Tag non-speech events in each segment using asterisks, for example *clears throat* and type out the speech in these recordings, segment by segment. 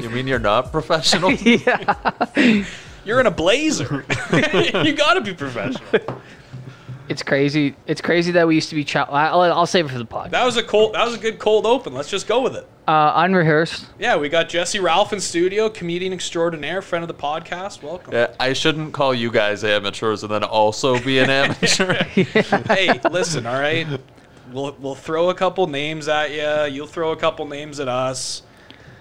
You mean you're not *laughs* professional? yeah. You're in a blazer. *laughs* you gotta be professional. It's crazy. It's crazy that we used to be child. I'll, I'll save it for the pod. Uh, That was a cold. That was a good cold open. Let's just go with it. unrehearsed. Yeah, we got Jesse Ralph in studio, comedian extraordinaire, friend of the podcast. Welcome. Yeah, I shouldn't call you guys amateurs and then also be *laughs* an amateur. hey, listen, all right. We'll we'll throw a couple names at you. You'll throw a couple names at us.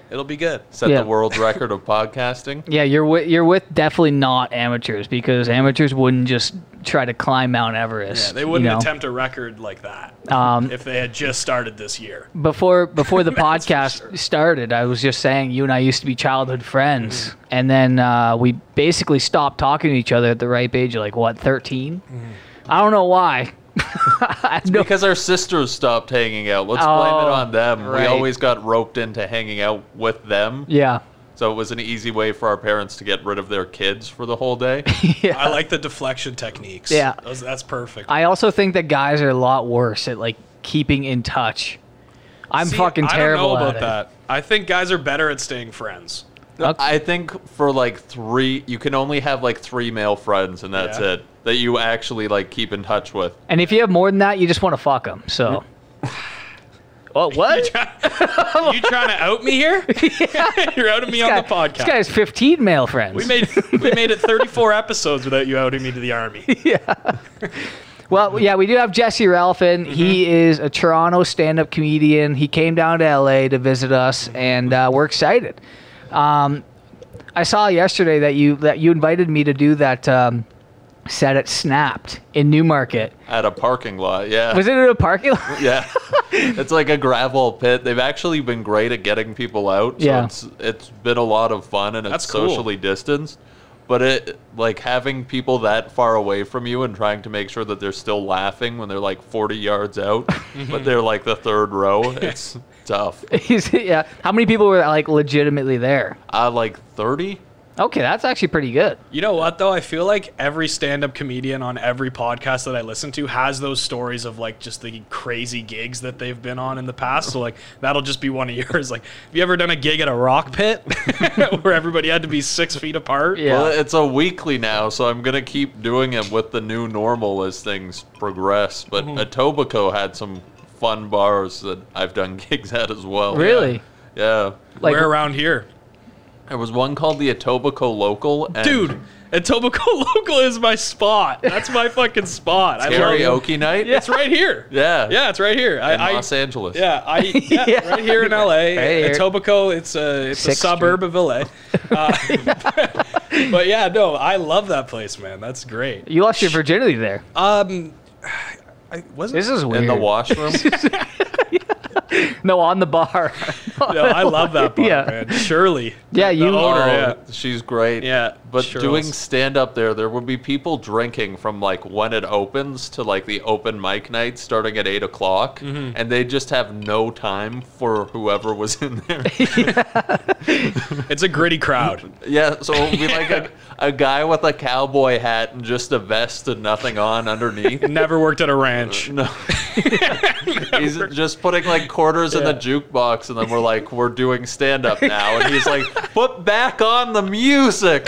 It'll be good. Set Yeah. the world record of podcasting. Yeah, you're with you're with definitely not amateurs because amateurs wouldn't just try to climb Mount Everest. Yeah, they wouldn't you know? attempt a record like that Um, if they had just started this year. before *laughs* before the That's for podcast sure. started, I was just saying you and I used to be childhood friends, Mm-hmm. and then uh, we basically stopped talking to each other at the ripe age of like what thirteen. Mm-hmm. I don't know why. *laughs* I have *laughs* no- Because our sisters stopped hanging out. Let's blame it Oh, on them. We right. always got roped into hanging out with them. yeah, So it was an easy way for our parents to get rid of their kids for the whole day. I like the deflection techniques. Yeah. Those- that's perfect. I also think that guys are a lot worse at like keeping in touch. I'm See, fucking terrible I don't know at about that. I think guys are better at staying friends. it. *laughs* Okay. I think for like three, you can only have like three male friends, and that's Yeah. it. That you actually like keep in touch with. And if you have more than that, you just want to fuck them. So. Oh, You, what? try, you trying to out *laughs* me here? You're outing me on the Guy- podcast. This guy has 15 male friends. we made we made it 34 episodes without you outing me to *laughs* the army. well, yeah, we do have Jesse Ralph Mm-hmm. in. He is a Toronto stand up comedian. He came down to LA to visit us, and uh, we're excited. Um, I saw yesterday that you that you invited me to do that um, set at Snapped in Newmarket. At a parking lot, yeah. Was it in a parking lot? *laughs* Yeah. it's like a gravel pit. They've actually been great at getting people out. So Yeah. it's it's been a lot of fun and That's it's cool. socially distanced. But it like having people that far away from you and trying to make sure that they're still laughing when they're like 40 yards *laughs* out, but they're like the third row. It's tough. yeah. How many people were like legitimately there? I like 30. Okay, that's actually pretty good. You know what though? I feel like every stand-up comedian on every podcast that I listen to has those stories of like just the crazy gigs that they've been on in the past. So like that'll just be one of yours. Like, have you ever done a gig at a rock pit *laughs* where everybody had to be six feet apart? Yeah. Well, it's a weekly now, so I'm gonna keep doing it with the new normal as things progress. But Mm-hmm. Etobicoke had some fun bars that I've done *laughs* gigs at as well. Really? Yeah. Like, Where around here, There was one called the Etobicoke Local. And dude. Etobicoke *laughs* Local is my spot. That's my fucking spot. I love it. Karaoke night? *laughs* It's right here. Yeah. Yeah, it's right here. In I, I, Los Angeles. Yeah, *laughs* I yeah, Yeah. right here in LA, here. Etobicoke. It's a it's a Sixth suburb *laughs* of LA. Uh, *laughs* but yeah, no, I love that place, man. That's great. you lost your virginity there. Um, I wasn't. This is weird. Uh, In the washroom? No, on the bar. *laughs* *laughs* no, I love that bar, Yeah. man. Shirley. Yeah, the you- owner. Oh, yeah. She's great. Yeah, But sure doing is. stand up there, there would be people drinking from like when it opens to like the open mic night starting at 8 o'clock. Mm-hmm. And they just have no time for whoever was in there. It's a gritty crowd. yeah. So it would be like a, a guy with a cowboy hat and just a vest and nothing on underneath. Never worked at a ranch. *laughs* *laughs* No. he's just putting like quarters in the jukebox, and then we're like, we're doing stand up now. And he's like, put back on the *laughs* music.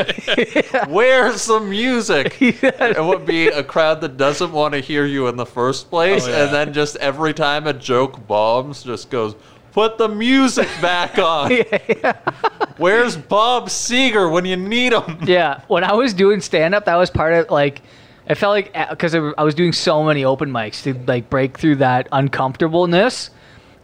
Where's the music? It would be a crowd that doesn't want to hear you in the first place. Oh, yeah. And then just every time a joke bombs, just goes, put the music back *laughs* on. Where's Bob Seeger when you need him? yeah. When I was doing stand up, that was part of like, I felt like because I I was doing so many open mics to like break through that uncomfortableness.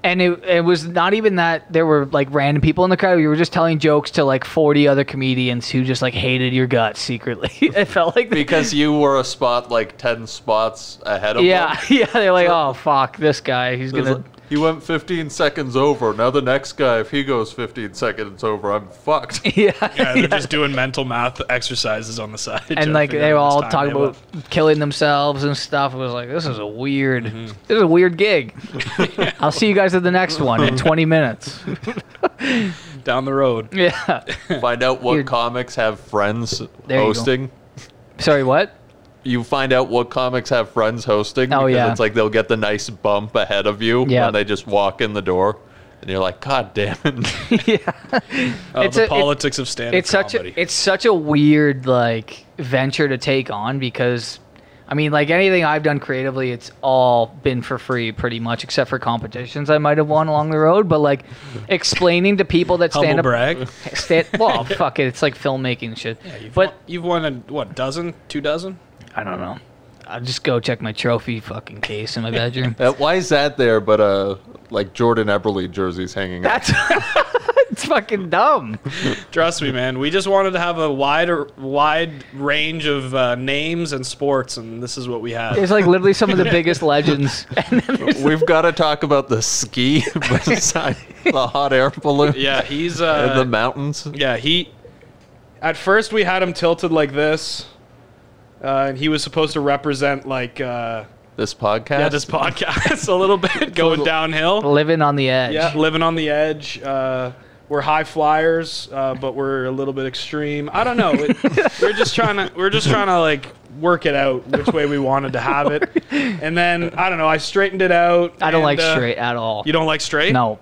And it, it was not even that there were like random people in the crowd. You were just telling jokes to like 40 other comedians who just like hated your guts secretly. *laughs* it felt like Because you were a spot like 10 spots ahead of him. Yeah, yeah. They're like, oh, fuck, this guy. He's It was going to. like, he went 15 seconds over. Now the next guy, if he goes 15 seconds over, I'm fucked. *laughs* *laughs* Yeah. Yeah, they're just doing mental math exercises on the side. trying to and like figure they out were how much all time talking they have about killing themselves and stuff. It was like this is a weird, Mm-hmm. this is a weird *laughs* gig. I'll see you guys at the next one in 20 minutes. *laughs* left down the road. Yeah. Find out what You're- comics have friends There you go. hosting. Sorry, what? you find out what comics have friends hosting. Oh, because yeah. It's like they'll get the nice bump ahead of you Yeah. when they just walk in the door. And you're like, God damn *laughs* it. Uh, It's the a- it- politics of stand-up it's such comedy. a, it's such a weird like venture to take on because I mean like anything I've done creatively it's all been for free pretty much except for competitions I might have won along the road but like explaining to people that humble stand *laughs* up brag. stand *laughs* well fuck it it's like filmmaking shit You've but won, you've won a what dozen, two dozen? I don't know I'll just go check my trophy fucking case in my *laughs* bedroom Uh, why is that there? But uh, like Jordan Eberle jerseys hanging *laughs* up. *laughs* that's it's fucking dumb Trust me, man. We just wanted to have a wider, wide range of uh, names and sports, and this is what we had. there's like literally some of the biggest legends *laughs* We've got to talk about the ski *laughs* *laughs* beside the hot air balloon Yeah, he's in the uh, mountains. yeah he. At first, we had him tilted like this, uh, and he was supposed to represent like uh, This podcast. yeah this podcast *laughs* a little bit going downhill. living on the edge Yeah, living on the edge. Uh, we're high flyers, uh, but we're a little bit extreme. I don't know. *laughs* It, we're just trying to we're just trying to like work it out which way we wanted to have it, and then I don't know. I straightened it out. I don't and, like uh, straight at all You don't like straight? No.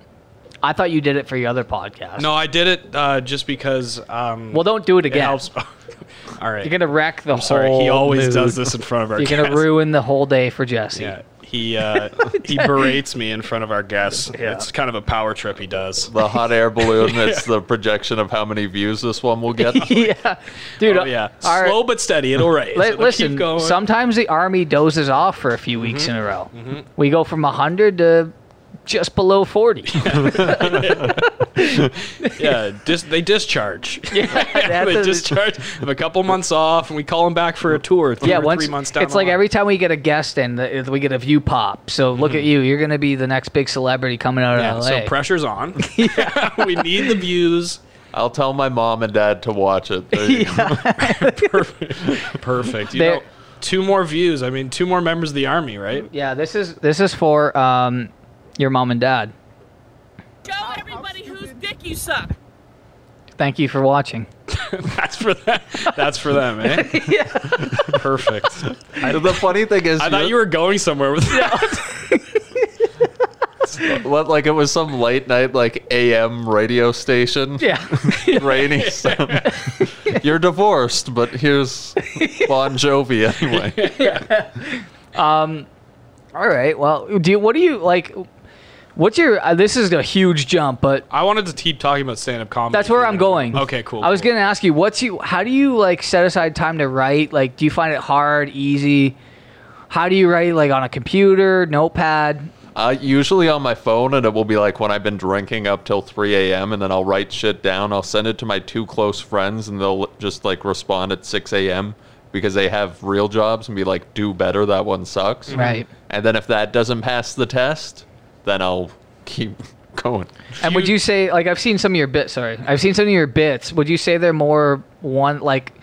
I thought you did it for your other podcast. No, I did it uh, just because. Um, Well, don't do it it again. helps. *laughs* All right. You're going to wreck the whole Sorry, he always mood. does this in front of our. You're going guests. to ruin the whole day for Jesse. Yeah, he uh, he berates me in front of our guests. It's kind of a power trip he does. The hot air balloon. That's the projection of how many views this one will get. *laughs* Yeah. Dude, Oh, yeah, our- slow but *laughs* steady. It'll raise. li- It'll keep listen, going. sometimes the army dozes off for a few weeks in a row. Mm-hmm. We go from 100 to just below *laughs* 40. Yeah, dis- *laughs* they discharge. *laughs* That's they a- *laughs* discharge. Have a couple months off, and we call them back for a tour. Three, yeah, or once three months down. it's the like line. every time we get a guest in, the, we get a view pop. So look at you, you're going to be the next big celebrity coming out Mm-hmm. Yeah, of LA. so *laughs* pressure's on. *laughs* we need the views. I'll tell my mom and dad to watch it. There you go. Perfect. You There- know, two more views. I mean, two more members of the army, right? *laughs* yeah, this is this is for um, your mom and dad. Show everybody whose dick you suck. Thank you for watching. That's for them. That's for *laughs* them, eh? yeah. Perfect. the funny thing is, I thought you were going somewhere with that. *laughs* what, like it was some late night like AM radio station. Yeah. rainy. sun. *laughs* You're divorced, but here's Bon Jovi anyway. *laughs* All right. Well, do you, what do you like? What's your? Uh, this is a huge jump, but *laughs* I wanted to keep talking about stand-up comedy. that's where I'm going. Okay, cool. I was cool. gonna ask you, what's you? How do you like set aside time to write? Like, do you find it hard, easy? How do you write? Like on a computer, notepad? Uh, usually on my phone, and it will be like when I've been drinking up till 3 a.m., and then I'll write shit down. I'll send it to my two close friends, and they'll just like respond at 6 a.m. because they have real jobs and be like, do better, that one sucks. Right. And then if that doesn't pass the test, then I'll keep *laughs* going. And would you say like I've seen some of your bits? Sorry, I've seen some of your bits. Would you say they're more one like?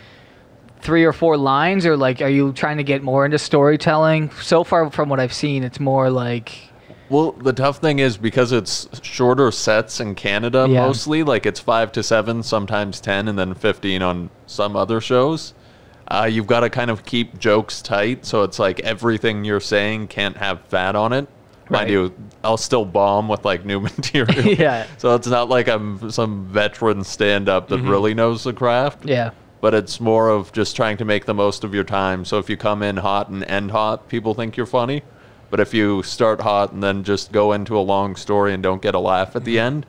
Three or four lines, or like, are you trying to get more into storytelling? So far, from what I've seen, it's more like Well, the tough thing is because it's shorter sets in Canada Yeah. mostly, like it's five to seven, sometimes 10, and then 15 on some other shows. Uh, you've got to kind of keep jokes tight. So it's like everything you're saying can't have fat on it. Right. Mind you, I'll still bomb with like new *laughs* material. *laughs* Yeah. So it's not like I'm some veteran stand up that really knows the craft Mm-hmm. Yeah. but it's more of just trying to make the most of your time. So if you come in hot and end hot, people think you're funny. But if you start hot and then just go into a long story and don't get a laugh at the Mm-hmm. end,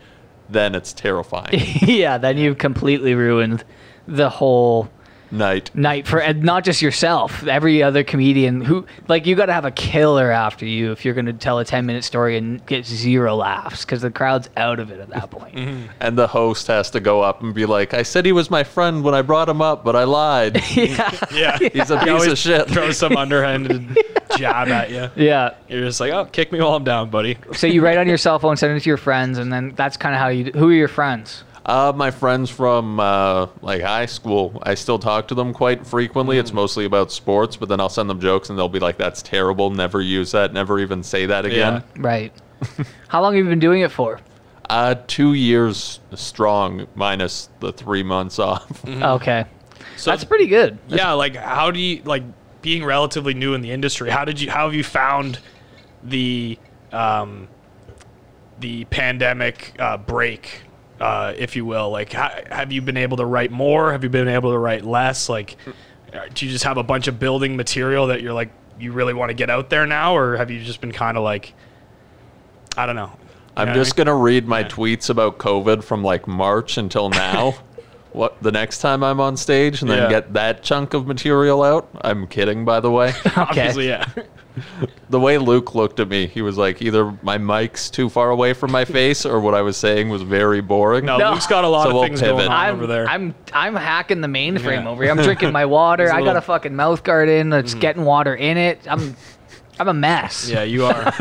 then it's *laughs* terrifying *laughs* yeah, then you've completely ruined the whole night. night for and not just yourself, every other comedian who like you got to have a killer after you if you're going to tell a 10-minute story and get zero laughs cuz the crowd's out of it at that point. Mm-hmm. And the host has to go up and be like, I said he was my friend when I brought him up, but I lied. *laughs* *laughs* Yeah. He's a He piece of always *laughs* shit. Throw some underhanded jab at you. Yeah. You're just like, oh, kick me while I'm down, buddy. So you write on your cell phone, send it to your friends and then that's kind of how you who are your friends? Uh, my friends from uh, like high school, I still talk to them quite frequently. Mm. It's mostly about sports, but then I'll send them jokes and they'll be like, "That's terrible. Never use that. Never even say that again." *laughs* Right. how long have you been doing it for? Uh, two years strong minus Mm-hmm. the three months off. Okay. So that's pretty good. Yeah, like how do you like? be- being relatively new in the industry, how did you how have you found the um, the pandemic uh, break, uh, if you will? Like, ha have you been able to write more? Have you been able to write less? Like, uh, do you just have a bunch of building material that you're like you really want to get out there now, or have you just been kind of like, I don't know. I'm just gonna. gonna read my tweets about COVID from like March until *laughs* now. what the next time I'm on stage and then Yeah. get that chunk of material out? I'm kidding, by the *laughs* way. Obviously, *laughs* yeah. the way Luke looked at me, he was like, either my mic's too far away from *laughs* my face or what I was saying was very boring. *laughs* No, No. Luke's got a lot So of we'll things pivot. going on I'm, over there. I'm I'm hacking the mainframe Yeah. over here. I'm drinking *laughs* my water. There's a I got little- Mm-hmm. a fucking mouth guard in that's getting water in it. I'm I'm a mess. yeah, you are.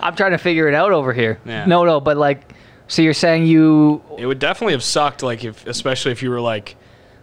I'm trying to figure it out over here. Yeah. No, no, but like, so you're saying you? It would definitely have sucked, like if especially if you were like,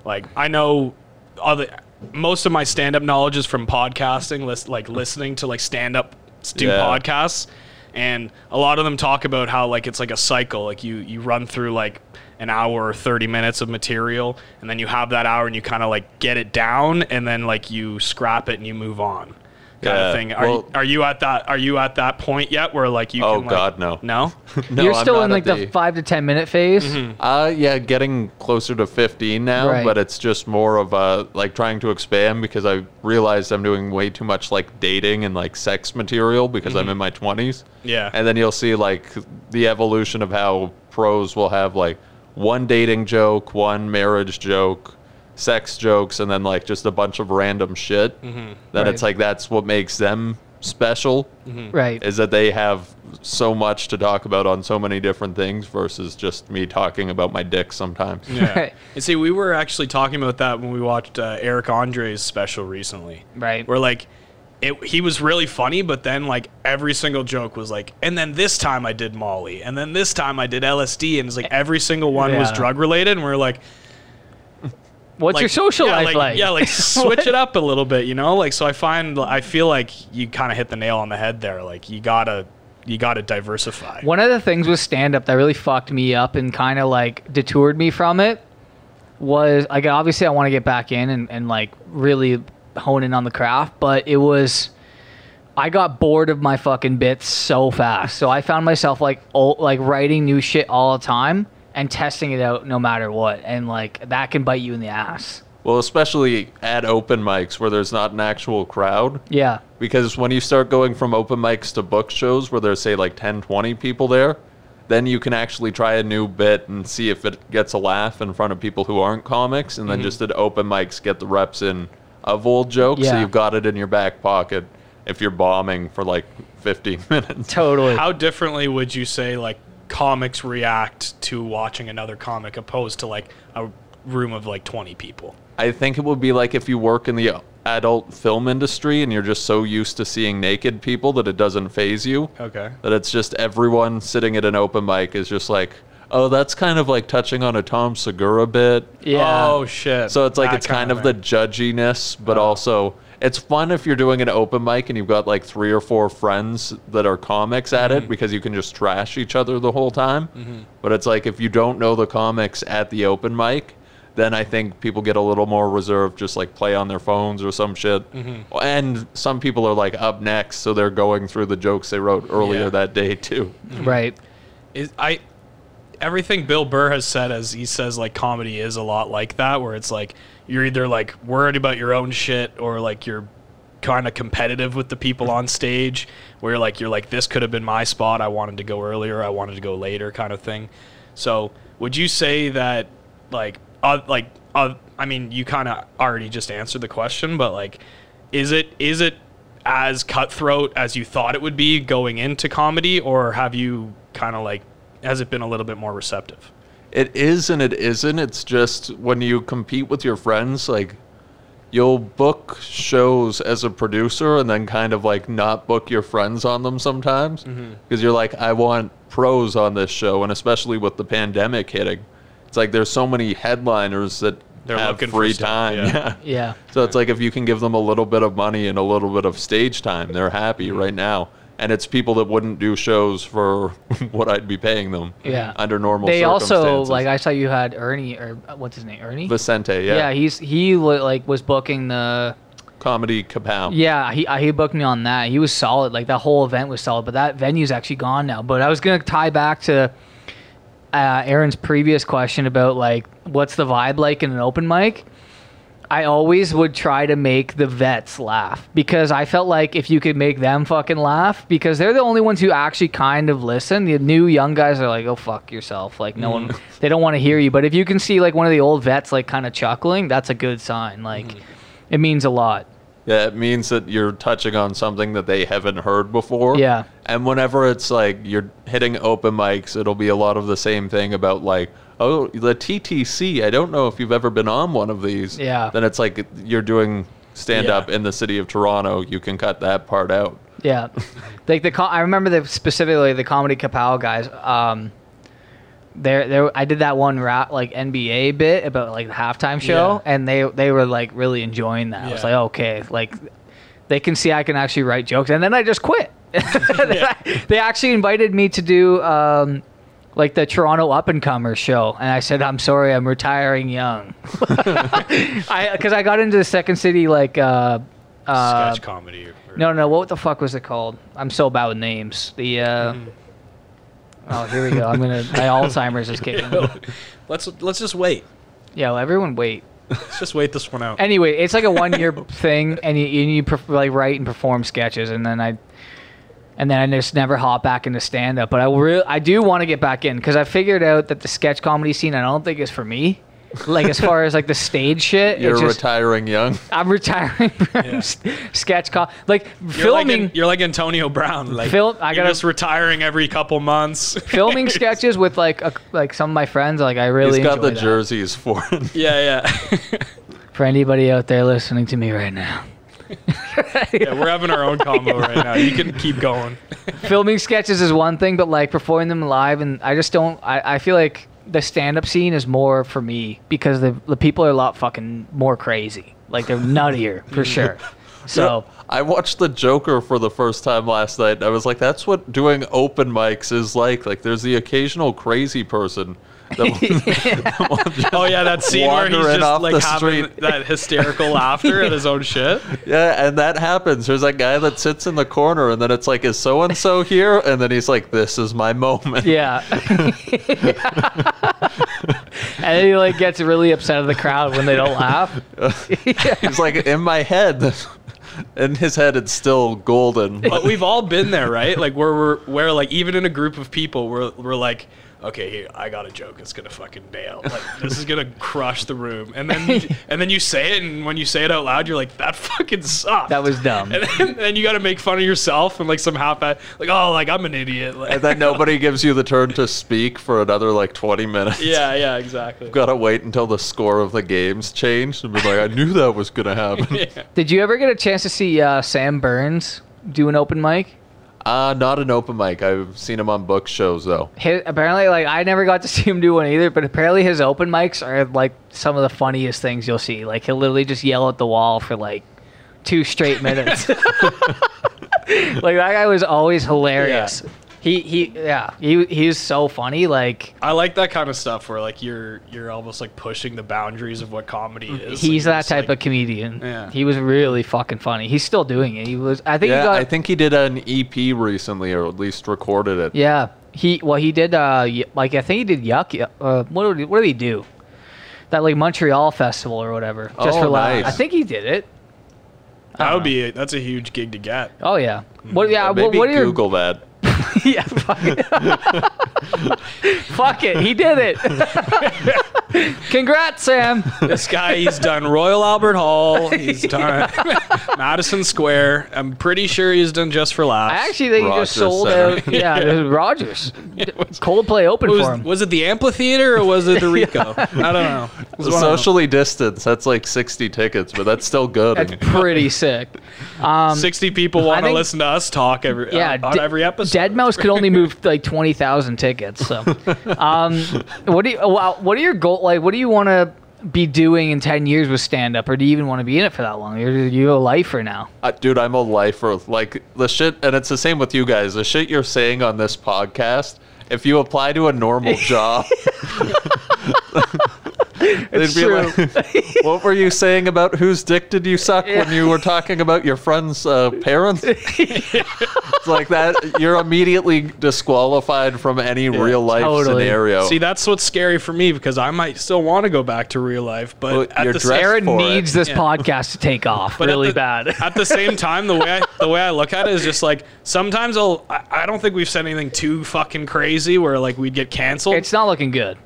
like I know, other most of my stand up knowledge is from podcasting, lis- like listening to like stand up do Yeah. podcasts, and a lot of them talk about how like it's like a cycle, like you you run through like an hour or 30 minutes of material and then you have that hour and you kind of like get it down and then like you scrap it and you move on kind Yeah, of thing are, well- are you at that are you at that point yet where like you Oh, can like- God, no. *laughs* no No, you're I'm still in not like at the, five to ten minute phase. Uh, yeah, getting closer to 15 now, Right. but it's just more of a like trying to expand because I realized I'm doing way too much like dating and like sex material because Mm-hmm. I'm in my 20s. Yeah. And then you'll see like the evolution of how pros will have like one dating joke, one marriage joke, sex jokes, and then like just a bunch of random shit. Mm-hmm. Then it's Right. like that's what makes them special Right. is that they have so much to talk about on so many different things versus just me talking about my dick sometimes. Yeah. *laughs* Right. and see, we were actually talking about that when we watched uh, Eric Andre's special recently. Right. Where like, it, he was really funny, but then like every single joke was like, and then this time I did Molly, and then this time I did LSD, and it's like every single one was Eh, Yeah. drug related, and we're like, What's like your social yeah, life like, like? *laughs* Yeah, like switch it up a little bit, you know. Like so, I find I feel like you kind of hit the nail on the head there. Like you gotta you gotta diversify. One of the things with stand up that really fucked me up and kind of like detoured me from it was like obviously I want to get back in and, and like really hone in on the craft, but it was I got bored of my fucking bits so fast. So I found myself like old, like writing new shit all the time and testing it out no matter what. And like that can bite you in the ass. Well, especially at open mics where there's not an actual crowd. Yeah. Because when you start going from open mics to book shows where there's, say, like 10, 20 people there, then you can actually try a new bit and see if it gets a laugh in front of people who aren't comics. And then just at open mics, get the reps in of old jokes. So Yeah. you've got it in your back pocket if you're bombing for like 15 *laughs* minutes. Totally. *laughs* How differently would you say like comics react to watching another comic opposed to like a room of like 20 people? I think it would be like if you work in the adult film industry and you're just so used to seeing naked people that it doesn't phase you. Okay. That it's just everyone sitting at an open mic is just like, oh, that's kind of like touching on a Tom Segura bit. yeah. Oh shit. So it's like That it's kind of the thing. Uh-huh. judginess, but also it's fun if you're doing an open mic and you've got like three or four friends that are comics at Mm-hmm. it because you can just trash each other the whole time. But it's like if you don't know the comics at the open mic, then I think people get a little more reserved, just like play on their phones or some shit. Mm-hmm. And some people are like up next, so they're going through the jokes they wrote earlier Yeah. that day too. Right. Is- I everything Bill Burr has said as he says like comedy is a lot like that where it's like you're either like worried about your own shit or like you're kind of competitive with the people on stage where you're like you're like this could have been my spot I wanted to go earlier I wanted to go later kind of thing. So would you say that like uh, like uh, I mean you kind of already just answered the question but like is it is it as cutthroat as you thought it would be going into comedy or have you kind of like has it been a little bit more receptive It is and it isn't. It's just when you compete with your friends, like you'll book shows as a producer and then kind of like not book your friends on them sometimes because Mm-hmm. you're like, I want pros on this show, and especially with the pandemic hitting, it's like there's so many headliners that They're have looking for free stuff, time. yeah. *laughs* Yeah. Yeah. So it's like if you can give them a little bit of money and a little bit of stage time, they're happy Mm-hmm. right now. And it's people that wouldn't do shows for *laughs* what I'd be paying them Yeah. under normal They also circumstances. like I saw you had Ernie or uh, what's his name Ernie. Vicente, yeah. Yeah, he's he li- like was booking the comedy kapow. Yeah, he uh, he booked me on that. He was solid. Like that whole event was solid, but that venue's actually gone now. But I was gonna tie back to uh, Aaron's previous question about like what's the vibe like in an open mic. I always would try to make the vets laugh because I felt like if you could make them fucking laugh, because they're the only ones who actually kind of listen. The new young guys are like, "Oh fuck yourself," like no one, *laughs* they don't want to hear you. But if you can see like one of the old vets like kind of chuckling, that's a good sign. Like, it means a lot. Yeah, it means that you're touching on something that they haven't heard before. Yeah. And whenever it's like you're hitting open mics, it'll be a lot of the same thing about like, oh, the TTC. I don't know if you've ever been on one of these. Yeah. Then it's like you're doing stand up Yeah. in the city of Toronto. You can cut that part out. *laughs* Yeah, like the co- I remember the specifically the comedy Kapow guys. Um, there, there. I did that one rap like NBA bit about like the halftime show, and they they were like really enjoying that. I was Yeah. like, okay, like they can see I can actually write jokes, and then I just quit. *laughs* *laughs* they actually invited me to do um, like the Toronto up and comers show, and I said, I'm sorry, I'm retiring *laughs* young. *laughs* I because I got into the second city like. Uh, uh, sketch comedy. Or, no, no. What the fuck was it called? I'm so bad with names. The uh, Mm. oh, here we go. I'm gonna. My *laughs* Alzheimer's is kicking. in. Let's let's just wait. Yeah, well, everyone wait. Let's just wait this one out. Anyway, it's like a one *laughs* year thing, and you, and you perf- like write and perform sketches, and then I, and then I just never hop back into stand up. But I really, I do want to get back in because I figured out that the sketch comedy scene, I don't think is for me. Like as far as like the stage shit, You're it's just, retiring young. I'm retiring *laughs* from Yeah. s- sketch com. Like You're like, filming. an- you're like Antonio Brown. Like Phil- I you're gotta- just retiring every *laughs* couple months. filming sketches with like a, like some of my friends. Like I really He's got enjoy the that. jerseys *laughs* for it. yeah, yeah, *laughs* For anybody out there listening to me right now, yeah. We're having our own combo right now. You can *laughs* keep going. filming sketches is one thing, but like performing them live, and I just don't. I, I feel like the stand up scene is more for me because the the people are a lot fucking more crazy. Like they're nuttier for sure. So I watched The Joker for the first time last night. And I was like, that's what doing open mics is like. Like, there's the occasional crazy person. That will, Oh yeah, that scene where he's Wandering just off like the having street. that hysterical laughter at his *laughs* own shit. yeah, and that happens. There's that guy that sits in the corner, and then it's like, is so and so here? And then he's like, this is my moment. yeah. *laughs* and then he like gets really upset at the crowd when they don't laugh. He's like, in my head. In his head, it's still golden. But we've all been there, right? Like where we're where like even in a group of people, we're we're like. Okay, here I got a joke. It's gonna fucking nail. Like this is gonna crush the room, *laughs* and then and then you say it, and when you say it out loud, you're like, "That fucking sucked." That was dumb. *laughs* and then, then you got to make fun of yourself and like some half like oh like I'm an idiot like And then nobody gives you the turn to speak for another like 20 minutes. *laughs* yeah yeah exactly Gotta wait until the score of the game's changed and be like, I knew that was gonna *laughs* happen. Did you ever get a chance to see uh, Sam Burns do an open mic? Uh, not an open mic. I've seen him on book shows though. His, apparently, like I never got to *laughs* see him do one either, but apparently his open mics are like some of the funniest things you'll see. Like he'll literally just yell at the wall for like two straight *laughs* minutes. *laughs* like that guy was always hilarious. He he yeah he he's so funny. Like I like that kind of stuff where like you're you're almost like pushing the boundaries of what comedy is Mm, he's Like, that it's type like- of comedian. Yeah. He was really fucking funny. He's still doing it. He was. I think he Yeah, got. I think he did an EP recently, or at least recorded it. Yeah, he well he did uh y- like I think he did Yuck. Uh, what did what did he do? That like Montreal festival or whatever. Just Oh, for laughs. nice. I think he did it. that uh-huh. would be that's a huge gig to get Oh yeah. What yeah? what, Hmm. Maybe what are your- Google that. *laughs* yeah. Fuck it. fuck it. *laughs* He did it. *laughs* Congrats, Sam. this guy he's done Royal Albert Hall he's done *laughs* Madison Square I'm pretty sure he's done just for laughs I actually think he just Rogers sold Center. out. Yeah, there's *laughs* Rogers. Coldplay open for was, him. was it the amphitheater or was it the Rico I don't know It was one of Socially distanced. That's like 60 tickets, but that's still good. That's pretty sick. them. 60 people want to think- listen to us talk every uh, yeah, on, on De- every episode Dead Mouse could only move like twenty thousand tickets. So, um, what do you? Wow, what are your goal? Like, what do you want to be doing in ten years with stand up, or do you even want to be in it for that long? You're you a lifer now. Uh, dude, I'm a lifer. Like the shit, and it's the same with you guys. The shit you're saying on this *laughs* podcast, if you apply to a normal job, They'd be like, "What were you saying about whose dick did you suck when you were talking about your friend's uh, *laughs* parents?" it's like that. You're immediately disqualified from any real life Totally. scenario. See, that's what's scary for me because I might still want to go back to real life, but Well, at you're the dressed same, Aaron for it. needs this Yeah. podcast to take off but at really the- bad. *laughs* at the same time, the way I, the way I look at it is just like sometimes I'll I, I don't think we've said anything too fucking crazy where like we'd get canceled. it's not looking good.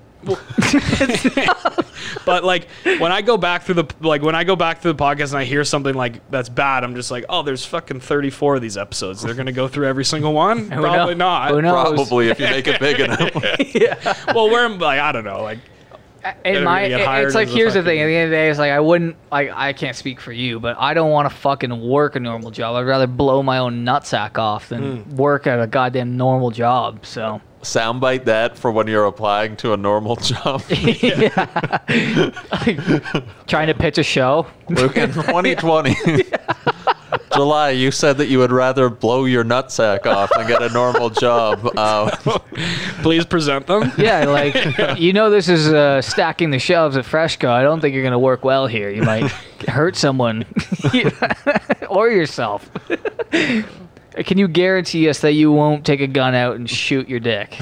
but like when I go back through the like when I go back through the podcast and I hear something like that's bad, I'm just like, oh, there's fucking 34 of these episodes. They're gonna go through every single *laughs* one. Who Probably knows? not. Who knows? Probably if you make it *laughs* big enough. Well, where I'm like I don't know. Like in They're my gonna get hired it's like as a here's the thing fucking- at the end of the day it's like i wouldn't like i can't speak for you but i don't want to fucking work a normal job i'd rather blow my own nutsack off than Hmm. work at a goddamn normal job so Soundbite that for when you're applying to a normal *laughs* job. trying to pitch a show Luke, *laughs* in 2020, July, you said that you would rather blow your nutsack off and get a normal job. *laughs* Uh, please present them. yeah like you know this is uh, stacking the shelves at freshco i don't think you're going to work well here you might *laughs* hurt someone *laughs* or yourself can you guarantee us that you won't take a gun out and shoot your dick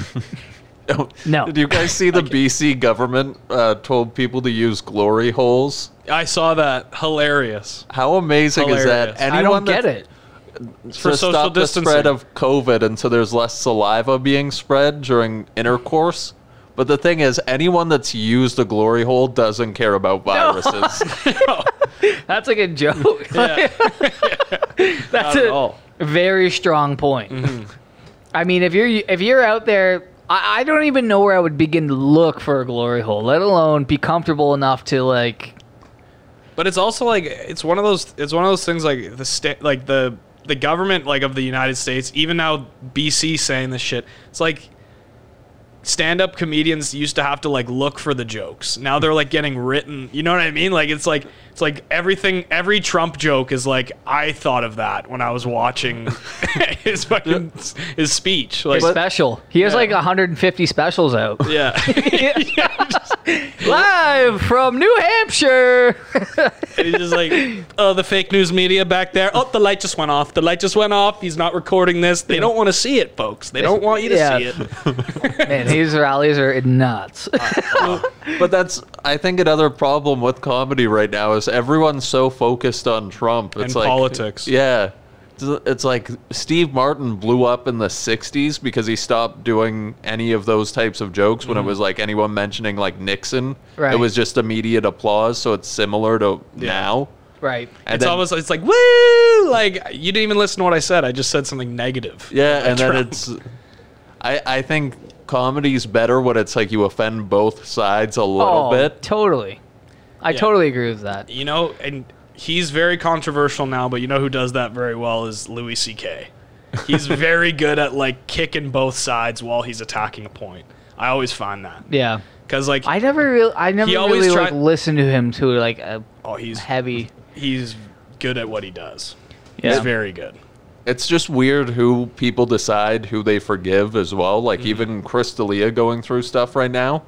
*laughs* no did you guys see the BC government uh, told people to use glory holes? I saw that *laughs* hilarious. How amazing is Hilarious. that? Anyone i don't get that's- it to for social stop the spread distancing. of COVID, and so there's less saliva being spread during intercourse. But the thing is, anyone that's used a glory hole doesn't care about viruses. *laughs* That's like a *laughs* joke. *laughs* That's at a all. very strong point. Mm-hmm. I mean, if you're if you're out there, I, I don't even know where I would begin to look for a glory hole, let alone be comfortable enough to like. But it's also like it's one of those it's one of those things like the state like the the government like of the United States even now BC saying this shit. It's like stand up comedians used to have to like look for the jokes. Now they're like getting written. You know what I mean? Like it's like it's like everything every Trump joke is like I thought of that when I was watching *laughs* his fucking his speech. Like His special. He has like 150 specials out. *laughs* yeah. Live from New *laughs* Hampshire. And he's just like, oh, the fake news media back there. Oh, the light just went off. The light just went off. He's not recording this. They don't want to see it, folks. They don't want you to Yeah. see it. Man, his rallies are nuts. Uh, but that's, I think, another problem with comedy right now is everyone's so focused on Trump. It's And like politics. Yeah, it's, it's like Steve Martin blew up in the '60s because he stopped doing any of those types of jokes Mm-hmm. when it was like anyone mentioning like Nixon. Right. It was just immediate applause. So it's similar to now. right. And it's then- almost it's like, woo! Like, you didn't even listen to what I said. I just said something negative. Yeah, and then Trump. it's. I I think comedy's better when it's like you offend both sides a little *laughs* oh, bit. totally. I Yeah. totally agree with that. You know, and he's very controversial now, but you know who does that very well is Louis C.K. He's very good at, like, kicking both sides while he's attacking a point. I always find that. Yeah. Because, like, I never really, I never He always really like tried- listened to him to like a oh, he's, heavy. he's good at what he does. Yeah. He's very good. It's just weird who people decide who they forgive as well. Mm-hmm. Like even Chris D'Elia going through stuff right now.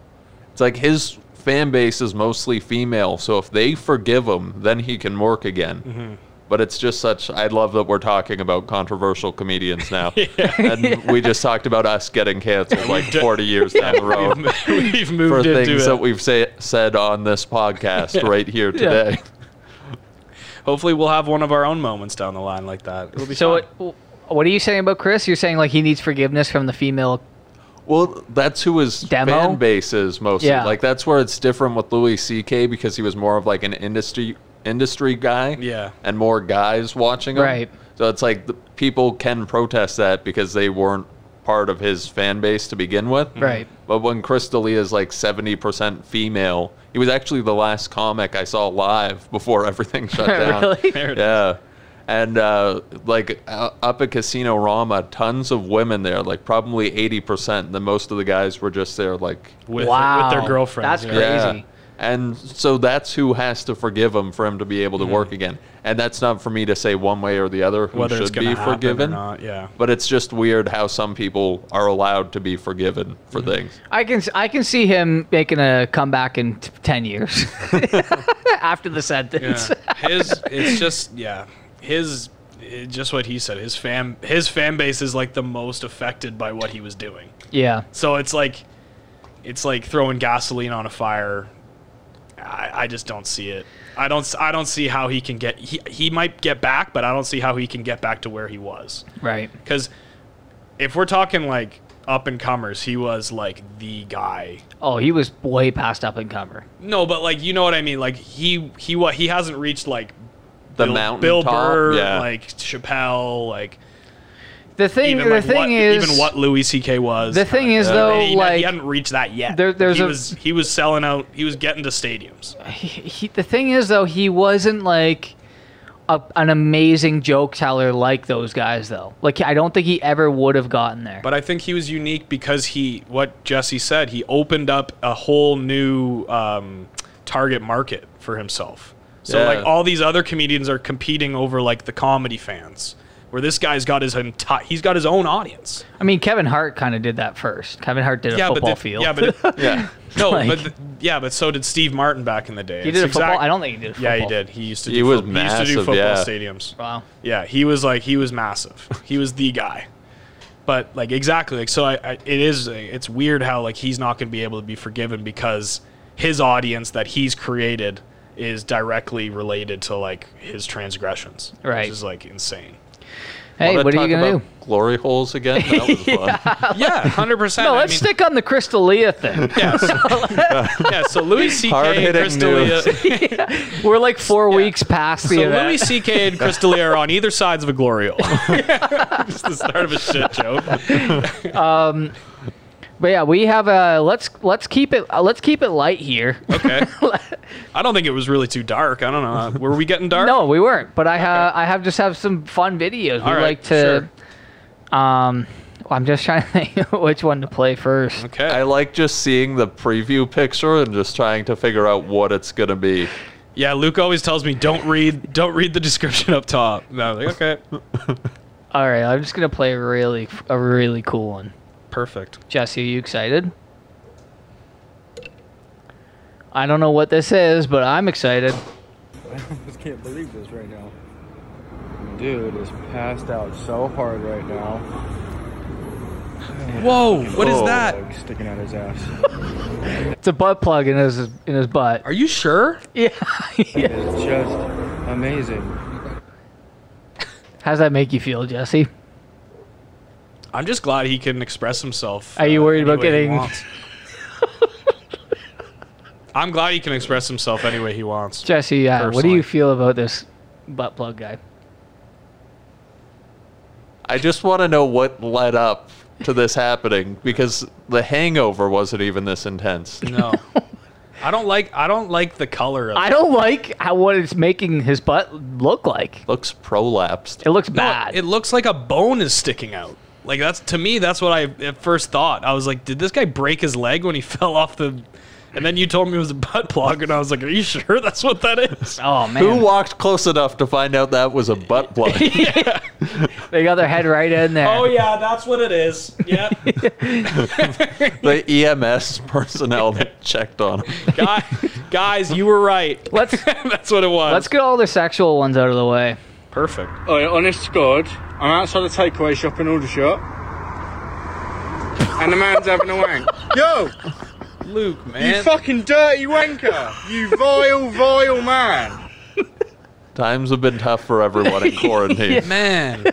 It's like his fan base is mostly female, so if they forgive him, then he can work again. Mm-hmm. But it's just such. I love that we're talking about controversial comedians *laughs* now, and we just talked about us getting canceled like did- *laughs* forty years down the road. We've Oh. for moved into things it. that we've say, said on this podcast *laughs* right here today. Hopefully, we'll have one of our own moments down the line like that. It'll be So fun. what, what are you saying about Chris? You're saying like he needs forgiveness from the female. Well, that's who his Demo? fan base is mostly. Yeah. Like that's where it's different with Louis C.K. because he was more of like an industry industry guy. Yeah. and more guys watching him. Right. So it's like the, people can protest that because they weren't part of his fan base to begin with. Mm-hmm. Right. But when Chris D'Elia is like seventy percent female, he was actually the last comic I saw live before *laughs* everything shut *laughs* down. Really? There it is. Yeah. And uh, like uh, up at Casino Rama, tons of women there, like probably 80%. Then most of the guys were just there, like, with, wow. with their girlfriends. That's yeah. great. Crazy. yeah. And so that's who has to forgive him for him to be able Mm-hmm. to work again. And that's not for me to say one way or the other who Whether it's should going be to happen forgiven. or not, yeah. But it's just weird how some people are allowed to be forgiven for Mm-hmm. things. I can I can see him making a comeback in t- ten *laughs* years *laughs* after the sentence. Yeah. His it's just yeah. His it, just what he said. His fam his fan base is like the most affected by what he was doing. *laughs* Yeah. So it's like it's like throwing gasoline on a fire. I, I just don't see it. I don't s- I don't see how he can get he he might get back, but I don't see how he can get back to where he was. Right. Cuz if we're talking like up and comers, he was like the guy Oh, he was way past up and comer. No, but like you know what I mean. Like he he what he hasn't reached like The Bill, mountain Bill top, Burr, yeah. like Chappelle, like The thing, even the like thing what, is, even what Louis C.K. was. the thing kinda is thing. though, he, he like hadn't reached that yet. there- there's he a- was he was selling out. He was getting to stadiums. he, he- the thing is though, he wasn't like a, an amazing joke teller like those guys though. Like I don't think he ever would have gotten there. But I think he was unique because he what Jesse said. He opened up a whole new um, target market for himself. So Yeah. like all these other comedians are competing over like the comedy fans. Where this guy's got his entire, he's got his own audience. I mean, Kevin Hart kind of did that first. Kevin Hart did a football but the- field. Yeah, *laughs* but Yeah. no, Like- but th- yeah, but so did Steve Martin back in the day. he It's did a football. exact- I don't think he did. A football. Yeah, he did. He used to. He do was fo- He used to do massive, football yeah. stadiums. Wow. Yeah, he was like he was massive. He was the guy. But like exactly, like so, I, I it is it's weird how like he's not going to be able to be forgiven because his audience that he's created is directly related to like his transgressions, Right. Which is *laughs* like insane. Hey, Wanna what are talk you gonna about *laughs* do? Glory holes again? That *laughs* was fun. Yeah, hundred percent. No, let's stick on the Crystalia thing. *laughs* Yeah, so, yeah, so Louis C.K. Hard-hitting Crystalia- news. We're like four weeks past the So event. Louis C.K. and Crystalia are on either sides of a gloriole. *laughs* Just the start of a shit joke. But yeah, we have a let's let's keep it uh, let's keep it light here. Okay. *laughs* I don't think it was really too dark. I don't know. Uh, Were we getting dark? no, we weren't. But I have I have just have some fun videos. We All right, like to. Um, I'm just *laughs* trying to think which one to play first. Okay. I like just seeing the preview picture and just trying to figure out what it's going to be. yeah, Luke always tells me don't read don't read the description up top. No, I'm like, okay. All right, I'm just gonna play a really a really cool one. Perfect. Jesse, are you excited? I don't know what this is, but I'm excited. I just can't believe this right now. Dude is passed out so hard right now. Whoa, what is Whoa. that? Like sticking out his ass. It's a butt plug in his in his butt. Are you sure? Yeah. It's just amazing. *laughs* How's that make you feel, Jesse? I'm just glad he can express himself. Are you uh, worried any about way he getting- *laughs* wants. I'm glad he can express himself any way he wants. Jesse, uh, what do Personally. you feel about this butt plug guy? I just want to know what led up to this happening because the hangover wasn't even this intense. No. I don't like I don't like the color of I don't like how what it's making his butt look like. Looks prolapsed. It looks No, bad. It looks like a bone is sticking out. Like that's to me, that's what I at first thought. I was like, did this guy break his leg when he *laughs* fell off the? And then you told me it was a butt plug, and I was like, are you sure that's what that is? oh man, Who walked close enough to find out that was a *laughs* butt plug? they got their head right in there. *laughs* oh yeah, that's what it is. Yeah, *laughs* the EMS personnel that checked on him. Guy, guys, you were right. *laughs* Let's that's what it was. let's get all the sexual ones out of the way. perfect. Alright, honest to God, I'm outside a takeaway shop in Aldershot. And the man's having a wank. *laughs* Yo! Luke, You man, fucking dirty wanker! You vile, vile man! Times have been tough for everyone *laughs* in quarantine. man.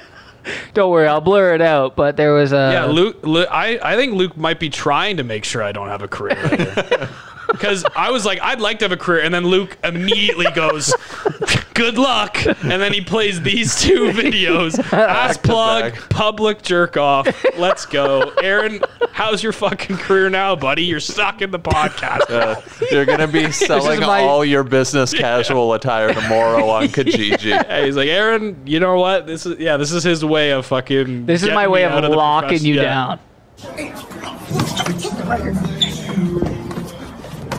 Don't worry, I'll blur it out. But there was a Yeah, Luke. Lu I I think Luke might be trying to make sure I don't have a career. *laughs* later. Because I was like, I'd like to have a career, and then Luke immediately goes, "Good luck," and then he plays *laughs* these two videos: ass plug, back. public jerk off. Let's go, Aaron. How's your fucking career now, buddy? You're stuck in the podcast. *laughs* Uh, you're gonna be selling my- all your business casual attire tomorrow on Kijiji. Hey, he's like, Aaron. You know what? This is yeah. This is his way of fucking. this is getting my me way out of the locking profession." you Yeah. down. *laughs*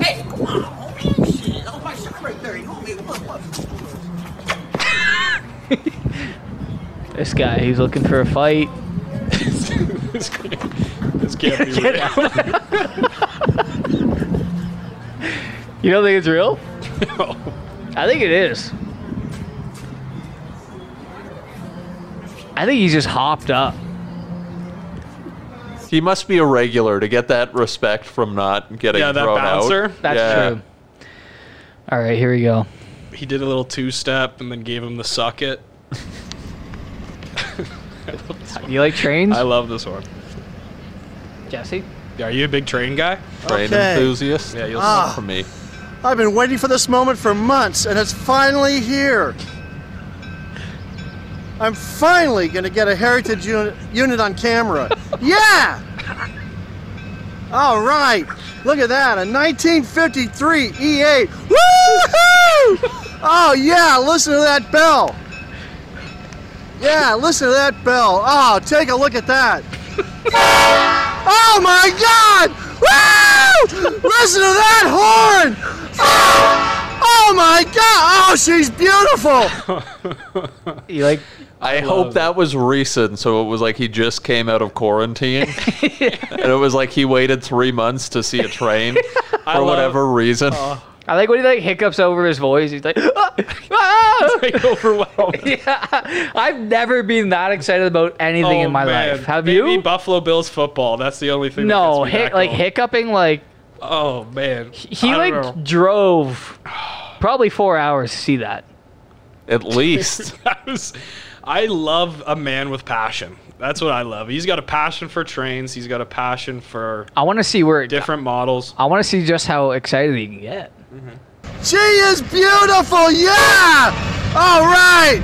Hey! This guy, he's looking for a fight. this can't, this *laughs* can't be real. You don't think it's real? No. I think it is. I think he's just hopped up. He must be a regular to get that respect from not getting Yeah, that thrown out. bouncer? That's Yeah. true. All right, here we go. He did a little two step and then gave him the suck it. You like trains, *laughs* I love this one. Jesse? Are you a big train guy? *laughs* Train Okay. enthusiast. Yeah, you'll Ah. Not for me. I've been waiting for this moment for months, and it's finally here. I'm finally going to get a heritage unit, unit on camera. Yeah! All right. Look at that. A 1953 E8. Woo! Oh, yeah. Listen to that bell. Yeah, listen to that bell. Oh, take a look at that. Oh my God! Woo! Listen to that horn! Oh, oh my God! Oh, she's beautiful! You like? I, hope that was recent, so it was like he just came out of *laughs* quarantine, and it was like he waited three months to see a *laughs* train for love- whatever reason. I like when he like hiccups over his voice. He's like, "Ah, *laughs* ah." Like overwhelmed. *laughs* yeah. I've never been that excited about anything Oh, in my man. life. Have Maybe you? Buffalo Bills football. That's the only thing. that No, gets me hic- back like home. hiccuping like Oh man, he I like don't *laughs* know. drove probably four hours to see that. At *laughs* least I was. I love a man with passion. That's what I love. He's got a passion for trains. He's got a passion for I want to see where it. different models. *laughs* I want to see just how excited he can get. She is beautiful! Yeah! All right!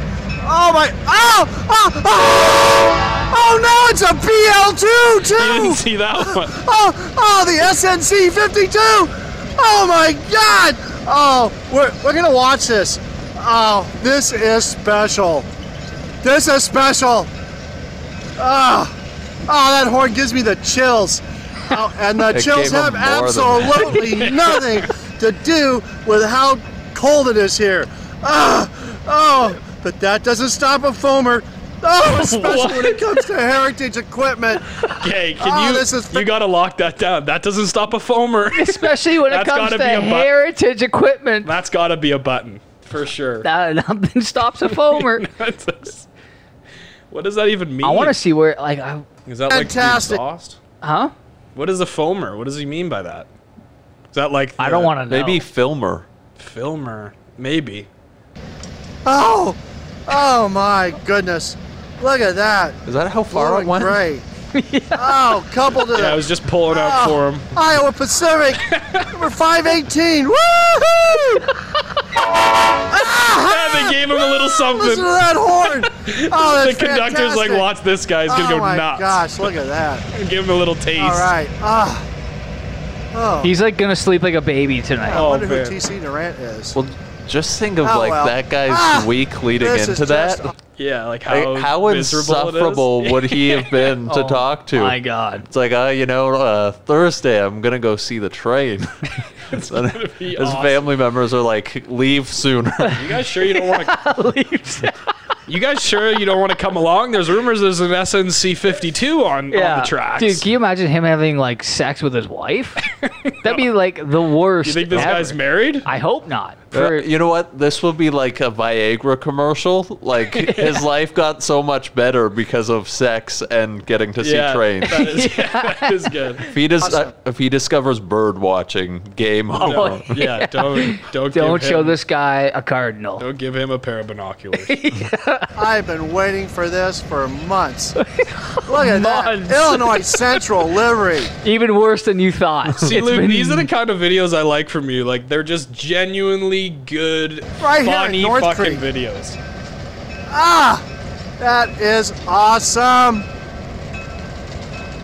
Oh my! Oh! Oh! Oh! Oh no! It's a BL2 You too! didn't see that one. Oh, oh, the SNC 52. Oh my God. Oh, we're, we're going to watch this. Oh, this is special. This is special. Ah, oh, that horn gives me the chills. Oh, and the *laughs* It chills gave him have more than that. *laughs* absolutely nothing to do with how cold it is here. Ah, oh, but that doesn't stop a foamer. Oh, especially *laughs* when it comes to heritage equipment. Okay, can Oh, you? this is you fi- gotta lock that down. That doesn't stop a foamer. *laughs* *laughs* Especially when it That's comes gotta to be a bu- heritage equipment. That's gotta be a button for sure. *laughs* That, nothing stops a foamer. That's just- *laughs* what does that even mean? I want to see where like I, Is that like the Fantastic. exhaust? huh? What is a foamer? What does he mean by that? Is that like I don't want to know. maybe Filmer. to filmer? Maybe. Oh, oh my goodness! Look at that. Is that how far Blue it and went? gray. Oh, coupled to *laughs* Yeah, I was just pulling out Ah. for him. Iowa Pacific, number 518. Woohoo! *laughs* Ah, Yeah, they gave him a little listen to something. that horn. Oh, *laughs* The that's conductor's like, fantastic. watch this guy. He's gonna oh go my nuts. gosh! Look *laughs* at that. Give him a little taste. All right. Ah. Oh. He's like gonna sleep like a baby tonight. I Oh, wonder man. who TC Durant is. Well, just think of Oh, like well. that guy's Ah, week leading this is into that. just- Yeah, like Like, how how miserable insufferable It is. would he have *laughs* been to Oh, talk to? My God. *laughs* It's like, uh, you know, uh, Thursday I'm gonna go see the *laughs* train. And be his awesome. family members are like, leave *laughs* sooner. You guys sure you don't want to? *laughs* Leaves. You guys sure you don't want to come along? There's rumors there's an SNC 52 on, on the tracks. Dude, can you imagine him having like sex with his wife? *laughs* That'd be like the worst. you think this ever. guy's married? I hope not. Uh, For, you know what? This will be like a Viagra commercial. *laughs* Like his life got so much better because of sex and getting to see trains. That *laughs* is, *laughs* that is good. If he, dis- uh, if he discovers bird watching, game Oh, over. *laughs* *laughs* No, yeah, don't don't don't give show him, this guy a cardinal. Don't give him a pair of *laughs* binoculars. I've been waiting for this for *laughs* months. Look at Months. that. Illinois Central livery. Even worse than you thought. *laughs* See, It's Luke, been- these are the kind of videos I like from you. Like they're just genuinely good, Right here in funny North fucking Creek. videos. Ah, that is awesome.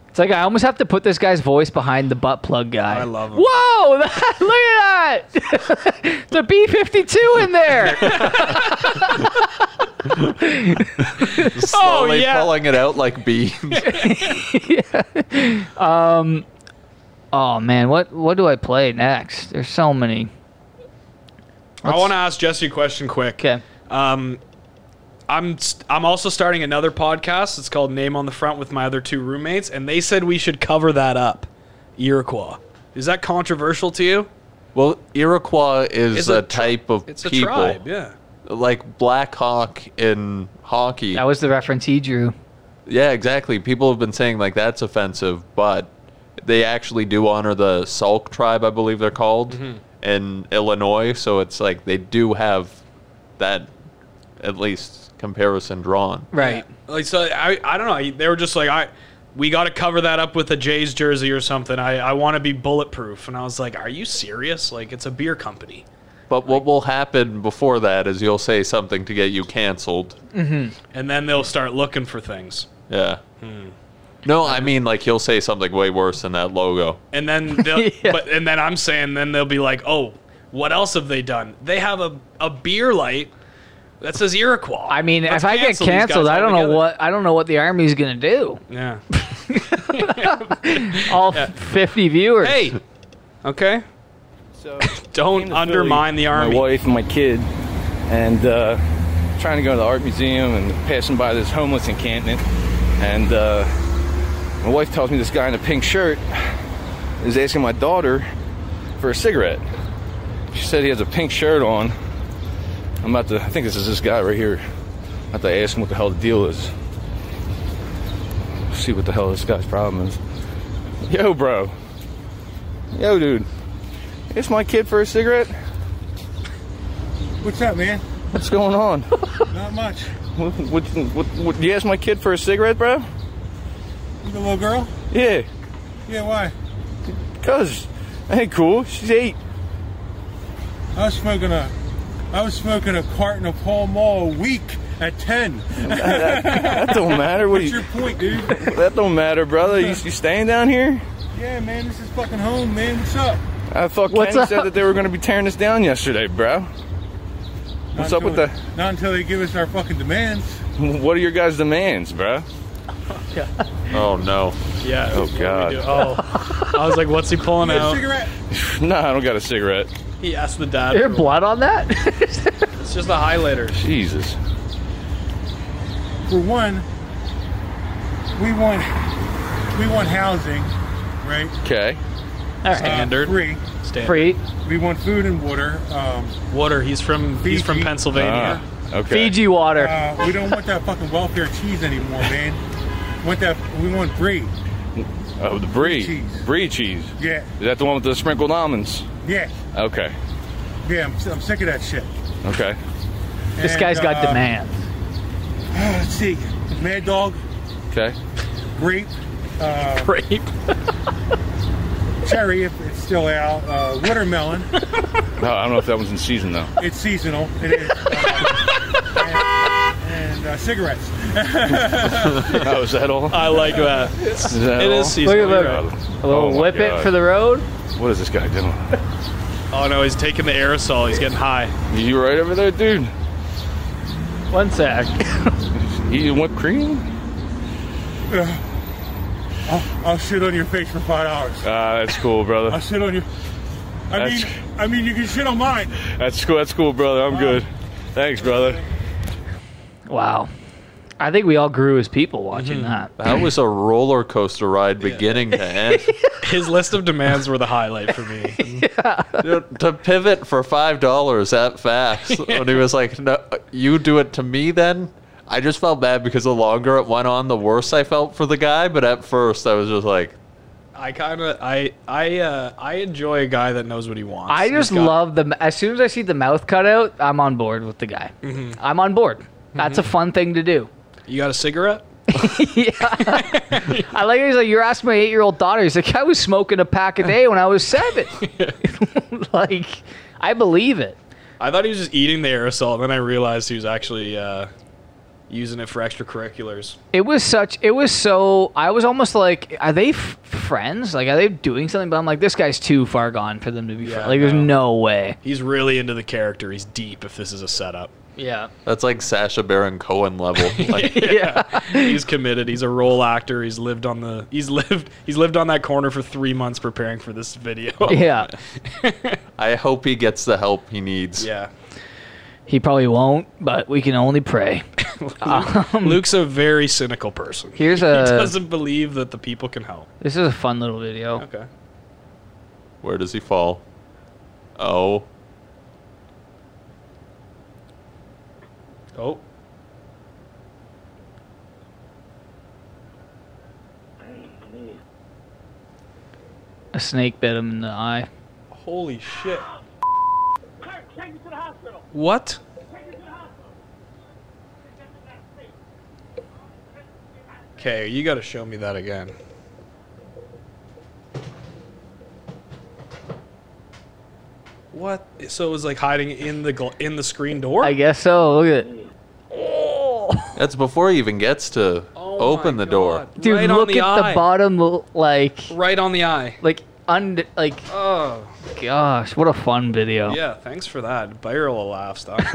It's like I almost have to put this guy's voice behind the butt plug guy. I love him. Whoa! *laughs* that- look at that. *laughs* the B fifty two in there. *laughs* Slowly oh, yeah. pulling it out like *laughs* beans. oh man, what what do I play next? There's so many. I want to ask Jesse a question quick. Okay. Um, I'm st- I'm also starting another podcast. It's called Name on the Front with my other two roommates, and they said we should cover that up. Iroquois. Is that controversial to you? Well, Iroquois is It's a, a tr- type of It's people, a tribe. Yeah. like Black Hawk in hockey. That was the reference he drew. yeah, exactly. People have been saying like that's offensive, but they actually do honor the Salk tribe, I believe they're called, in Illinois. So it's like they do have that, at least comparison drawn. Right. Yeah. Like so, I I don't know. They were just like I. We got to cover that up with a Jays jersey or something. I, I want to be bulletproof. And I was like, Are you serious? Like, it's a beer company. But what will happen before that is you'll say something to get you canceled. And then they'll start looking for things. Yeah. No, I mean like you'll say something way worse than that logo. And *laughs* then, they'll, Yeah. but and then I'm saying, then they'll be like, oh, what else have they done? They have a, a beer light that says Iroquois. I mean, Let's if I get cancel these guys canceled, I don't know altogether. what I don't know what the army's gonna *laughs* do. *laughs* Yeah. All 50 viewers. *laughs* hey. Okay. *laughs* So Don't undermine the army. My wife and my kid, and uh, trying to go to the art museum and passing by this homeless encampment, and uh, my wife tells me this guy in a pink shirt is asking my daughter for a cigarette. She said he has a pink shirt on. I'm about to. I think this is this guy right here. I'm about to ask him what the hell the deal is. See what the hell this guy's problem is. Yo, bro. Yo, dude. It's my kid for a cigarette. What's up, man? What's going on? *laughs* Not much. what, what, what, what, you asked my kid for a cigarette, bro? You the little girl? Yeah, Yeah, why? cuz that ain't cool. She's eight. I was smoking a, I was smoking a carton of Pall Mall a week at ten. That don't matter. What do What's your *laughs* you, point, dude? *laughs* that don't matter, brother. You, you staying down here? yeah, man, this is fucking home, man. What's up? I thought What's Kenny up? said that they were going to be tearing this down yesterday, bro. Not What's up with until- the- Not until they give us our fucking demands. What are your guys' demands, bro? *laughs* Oh no. Yeah. Oh, what do we God. do? Oh. I was like, what's he pulling You got a out? cigarette? Nah, I don't got a cigarette. He asked the dad. Is there for- blood on that? *laughs* It's just a highlighter. Jesus. For one, we want, we want housing, right? Okay. All right. Standard. Free. Standard. Free. We want food and water. Um, Water. He's from he's from Fiji. Pennsylvania. Ah, okay. Fiji water. uh, we don't want that fucking welfare cheese anymore, man. Want that? We want brie. Oh, the brie. Cheese. Brie cheese. Yeah, Is that the one with the sprinkled almonds? yeah, Okay. yeah. I'm, I'm sick of that shit. Okay. this And, guy's got uh, demands. *laughs* Let's see, Mad Dog, Okay. grape, Ah. uh, Grape. cherry if it's still out, uh, *laughs* watermelon. No, I don't know if that one's in season though. *laughs* It's seasonal. It is. Uh, and and uh, cigarettes. Oh, is that all? I like that. *laughs* It's- Is that It is all? seasonal. Look at you're that. right. A little Oh my whip it God. for the road. What is this guy doing? Oh no, he's taking the aerosol. He's getting high. You right over there, dude? One sec. Eating whipped cream? I'll, I'll shit on your face for five dollars. Ah, that's cool, I'll brother. shit on you. I That's- mean, I mean, you can shit on mine. That's cool. That's cool, brother. I'm good. Thanks, brother. Wow. I think we all grew as people watching that. That was a roller coaster ride beginning to end. His list of demands were the highlight for me. Dude, to pivot for five dollars that *laughs* fast when he was like, "No, you do it to me." Then I just felt bad because the longer it went on, the worse I felt for the guy. But at first, I was just like, I kind of I I uh, I enjoy a guy that knows what he wants. I just He's got- love the. As soon as I see the mouth cut out, I'm on board with the guy. I'm on board. That's a fun thing to do. You got a cigarette? I like. He's like, you're asking my eight year old daughter. He's like, I was smoking a pack a day when I was *laughs* seven. like, I believe it. I thought he was just eating the aerosol, and then I realized he was actually uh, using it for extracurriculars. It was such. It was so. I was almost like, are they f- friends? Like, are they doing something? But I'm like, this guy's too far gone for them to be friends. Like, there's no way. He's really into the character. He's deep. If this is a setup, Yeah. "That's like Sasha Baron Cohen *laughs* level." Like, *laughs* Yeah. *laughs* he's committed. He's a role actor. He's lived on the. He's lived. He's lived on that corner for three months preparing for this video. *laughs* yeah. I hope he gets the help he needs. Yeah. He probably won't, but we can only pray. Luke's a very cynical person. Um, Here's he a- doesn't believe that the people can help. *laughs* This is a fun little video. Okay. Where does he fall? Oh. Oh. A snake bit him in the eye. Holy shit. Kirk, take me to the hospital. What? Take me to the hospital. Okay, you got to show me that again. What? So it was like hiding in the gl- in the screen door. I guess so. Look at it. That's before he even gets to Oh open my the door. God. Dude, right on look the at eye. the bottom, l- like, Right on the eye. like under, like, Oh, gosh, what a fun video. yeah. Thanks for that. Viral laughs. Doc.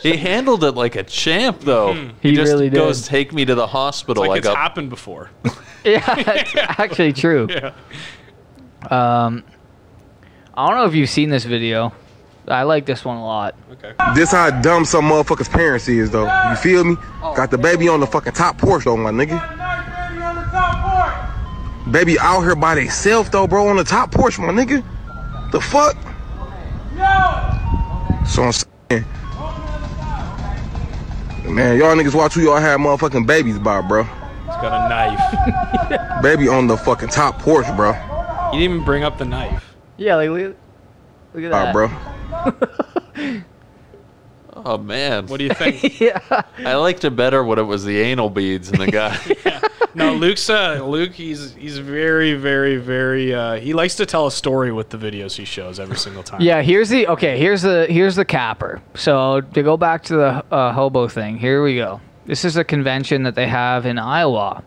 He handled it like a champ, though. He just really did. goes, take me to the hospital. like Mm-hmm. it's I got happened before. *laughs* Yeah, *laughs* it's actually true. yeah. Um, I don't know if you've seen this video. I like this one a lot. Okay. This how dumb some motherfuckers' parents is, though. You feel me? Got the baby on the fucking top porch, though, my nigga. Baby out here by theyself, though, bro, on the top porch, my nigga. The fuck? So I'm saying, man, y'all niggas watch who y'all have motherfucking babies by, bro. He's got a knife. Baby on the fucking top porch, bro. He didn't even bring up the knife. Yeah, like, look, look at All right, that. bro. Oh man, What do you *laughs* think? Yeah. I liked it better when it was the anal beads and the *laughs* guy. no, Luke's uh, Luke. He's he's very very very. Uh, he likes to tell a story with the videos he shows every single time. Yeah, here's the okay. Here's the here's the capper. So to go back to the uh, hobo thing, here we go. This is a convention that they have in Iowa.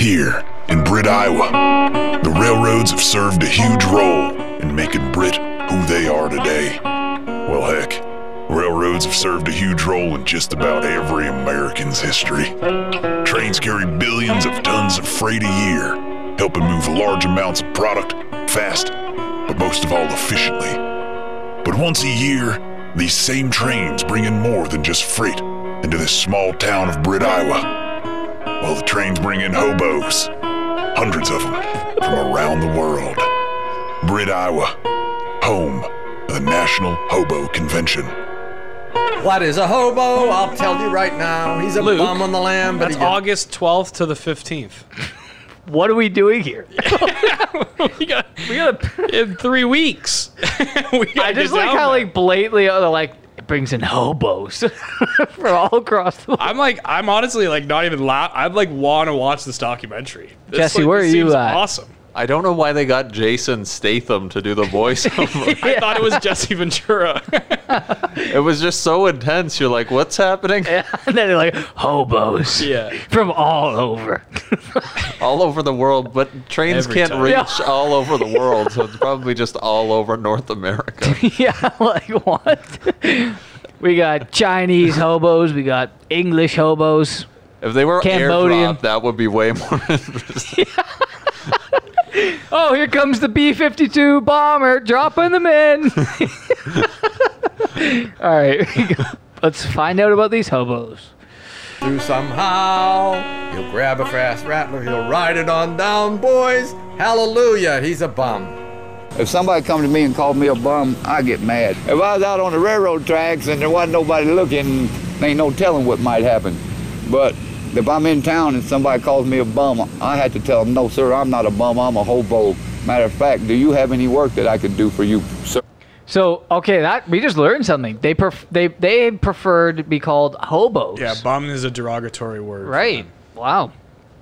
Here, in Brit, Iowa, the railroads have served a huge role in making Brit who they are today. Well, heck, railroads have served a huge role in just about every American's history. Trains carry billions of tons of freight a year, helping move large amounts of product fast, but most of all efficiently. But once a year, these same trains bring in more than just freight into this small town of Brit, Iowa. While the trains bring in hobos, hundreds of them from around the world. Brit, Iowa, home of the National Hobo Convention. What is a hobo? I'll tell you right now. He's a Luke, bum on the land, but That's he gets August 12th to the 15th. What are we doing *laughs* here? we got we got in three weeks. *laughs* we gotta I just get like down how there. like blatantly uh, like it brings in hobos *laughs* from all across the. I'm like I'm honestly like not even laugh. I'm like want to watch this documentary. This, Jesse, like, where this are you seems at? *laughs* Awesome. I don't know why they got Jason Statham to do the *laughs* voiceover. I thought it was Jesse Ventura. *laughs* it was just so intense. You're like, what's happening? *laughs* and then they're like *laughs* hobos yeah. from all over. *laughs* All over the world, but trains Every can't time. reach Yeah. all over the world, so it's probably just all over North *laughs* America. yeah, like what? *laughs* we got Chinese hobos. We got English hobos. If they were Cambodian. airdropped, that would be way more *laughs* interesting. Oh, here comes the B 52 bomber dropping them in. *laughs* All right. *laughs* Let's find out about these hobos. through somehow. He'll grab a fast rattler. He'll ride it on down, Um, boys. Hallelujah. He's a bum. If somebody come to me and called me a bum, I get mad. If I was out on the railroad tracks and there wasn't nobody looking, ain't no telling what might happen. But if I'm in town and somebody calls me a bum, I have to tell them, no, sir, I'm not a bum. I'm a hobo. Matter of fact, do you have any work that I could do for you, sir? So, okay, that we just learned something. They pref- they they prefer to be called hobos. Yeah, bum is a derogatory word. for right. them. Wow.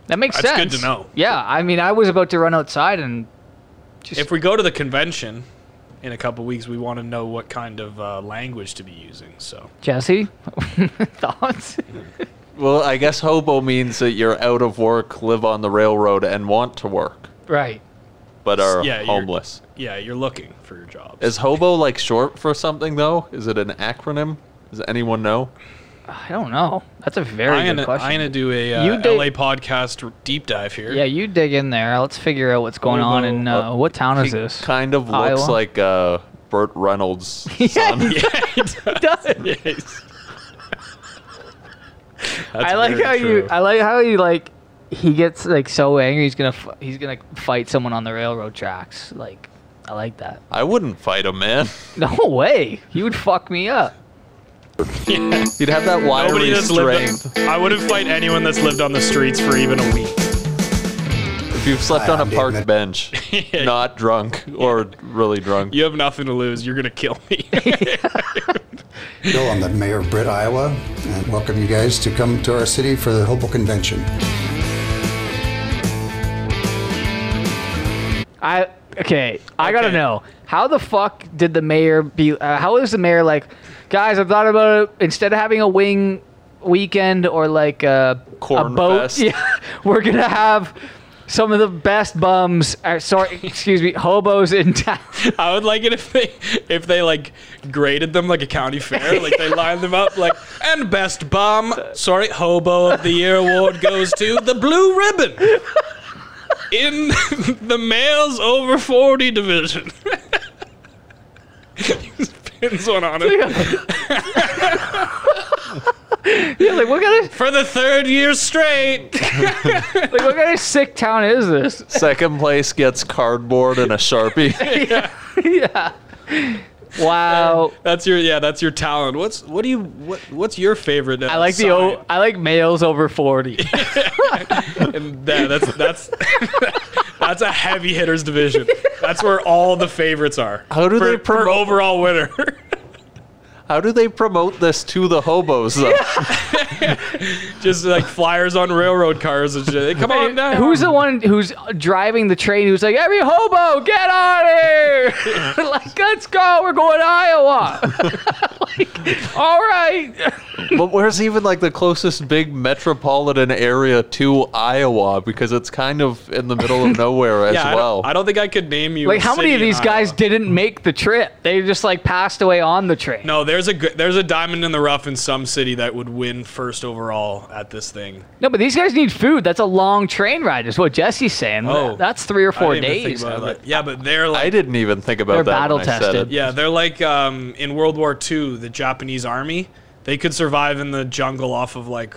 That makes That's sense. good to know. Yeah, I mean, I was about to run outside and If we go to the convention in a couple weeks, we want to know what kind of uh, language to be using. So Jesse, *laughs* thoughts? well, I guess hobo means that you're out of work, live on the railroad, and want to work, Right. but are Yeah, you're- homeless. yeah, you're looking for your jobs. Is hobo like short for something though? Is it an acronym? Does anyone know? I don't know. That's a very I'm good gonna, question. I'm gonna do a uh, You did- LA podcast r- deep dive here. *laughs* yeah, you dig in there. Let's figure out what's going on Hobo. uh, and uh, what town is He this? Kind of looks Iowa? like uh, Burt *laughs* Reynolds' *laughs* son. he *laughs* does. *laughs* I like very how true. you. I like how you like. He gets like so angry. He's gonna. F- he's gonna fight someone on the railroad tracks. Like, I like that. *laughs* I wouldn't fight a man. No way. He would fuck me up. You'd have that Nobody wiry that's lived. strength. I wouldn't fight anyone that's lived on the streets for even a week. If you've slept on a park bench, not drunk or really drunk. You have nothing to lose. You're gonna kill me. *laughs* Bill, I'm the mayor of Britt, Iowa, and welcome you guys to come to our city for the Hobo Convention. I okay. I gotta know how the fuck did the mayor be? Uh, how is the mayor like? Guys, I thought about it. Instead of having a wing weekend or like a, a Corn boat, fest. *laughs* yeah, we're gonna have some of the best bums. Or, sorry, *laughs* excuse me, hobos in town. *laughs* I would like it if they if they like graded them like a county fair, like they lined them up like and best bum, sorry, hobo of the year award goes to the blue ribbon in *laughs* the males over 40 division. Just pins one on it. Yeah, like what kind of For the third year straight. like what kind of sick town is this? *laughs* Second place gets cardboard and a sharpie. yeah. yeah. Wow. That's your yeah, that's your talent. What's what do you what what's your favorite? Uh, I like the o- I like males over *laughs* forty. and that, that's that's *laughs* that's a heavy hitters division. That's where all the favorites are. How do For- they for promote- overall winner? *laughs* How do they promote this to the hobos though? Just like flyers on railroad cars and shit. Come on down. Who's the one who's driving the train? Who's like, every hobo, get on here! *laughs* like, let's go. We're going to Iowa. *laughs* like, all right. but where's even like the closest big metropolitan area to Iowa? Because it's kind of in the middle of nowhere as yeah, I don't- well. I don't, think I could name you. Like, a how many city of in these Iowa. guys didn't make the trip? They just like passed away on the train. No, there's a good, there's a diamond in the rough in some city that would win first overall at this thing. No, but these guys need food. That's a long train ride, is what Jesse's saying. Oh. that's three or I four didn't even think days. about it. yeah, but they're like I didn't even think about They're that. when I said battle-tested. it. Yeah, they're like um, in World War II, the Japanese army. They could survive in the jungle off of like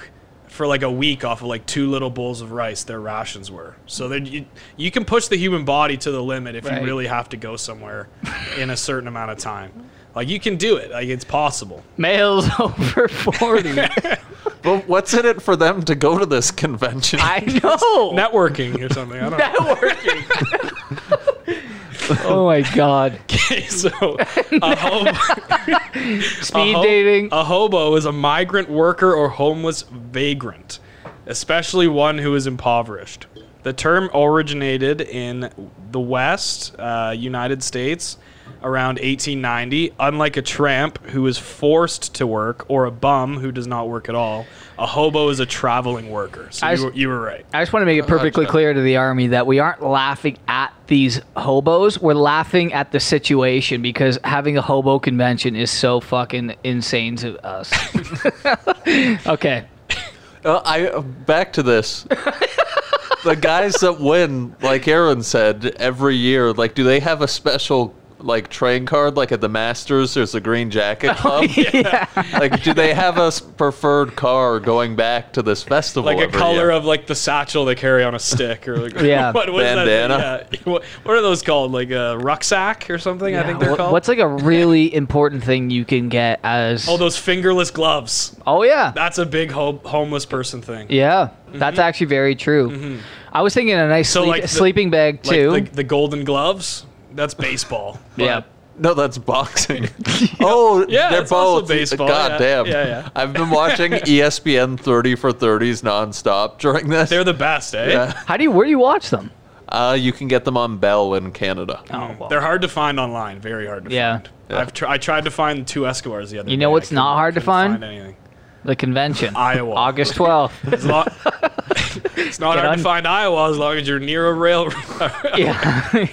for like a week off of like two little bowls of rice. Their rations were so that you, you can push the human body to the limit if Right. you really have to go somewhere in a certain amount of time. Like you can do it. Like it's possible. Males *laughs* over *laughs* 40. But what's in it for them to go to this convention? I know. Networking or something. I don't know. *laughs* oh my God. Okay, *laughs* so a hobo, Speed dating. A hobo is a migrant worker or homeless vagrant, especially one who is impoverished. The term originated in the West, uh, United States, around 1890. Unlike a tramp who is forced to work or a bum who does not work at all, a hobo is a traveling worker. So I you, s- were, you were right. I just want to make it perfectly Gotcha. clear to the army that we aren't laughing at these hobos. We're laughing at the situation because having a hobo convention is so fucking insane to *laughs* us. okay. Uh, I uh, back to *laughs* this. the guys that win, like Aaron said, every year, like, do they have a special like train card? Like at the Masters, there's the Green Oh, Jacket *laughs* Club. *laughs* Like, do they have a s- preferred car going back to this festival? Like a every color year? of like the satchel they carry on a stick or like *laughs* Yeah. what, what is that? Bandana. Yeah. *laughs* What, what are those called? Like a rucksack or something? I think they're What- called. What's like a really important thing you can get as. Oh, those fingerless gloves. Oh, yeah. That's a big ho- homeless person thing. Yeah. That's actually very true. I was thinking a nice Mm-hmm. So, sleep- like the- sleeping bag, Like too. The, the golden gloves. That's baseball. *laughs* yeah. No, that's *laughs* boxing. *laughs* oh, Yeah, they're it's also both. baseball, God yeah. damn. Yeah, yeah. *laughs* I've been *laughs* watching E ESPN 30 for 30s nonstop during this. *laughs* They're the best, eh? Yeah. How do you. Where do you watch them? Uh, you can get them on Bell in Canada. Oh, well. They're hard to find online. Very hard to Yeah. find. I've tr- I tried to find two Escobars the other You day. know I what's not couldn't- hard to couldn't find? anything. The convention. Iowa. *laughs* August 12th. *laughs* It's not, *laughs* it's not Get hard on- to find Iowa as long as you're near a rail, *laughs* yeah.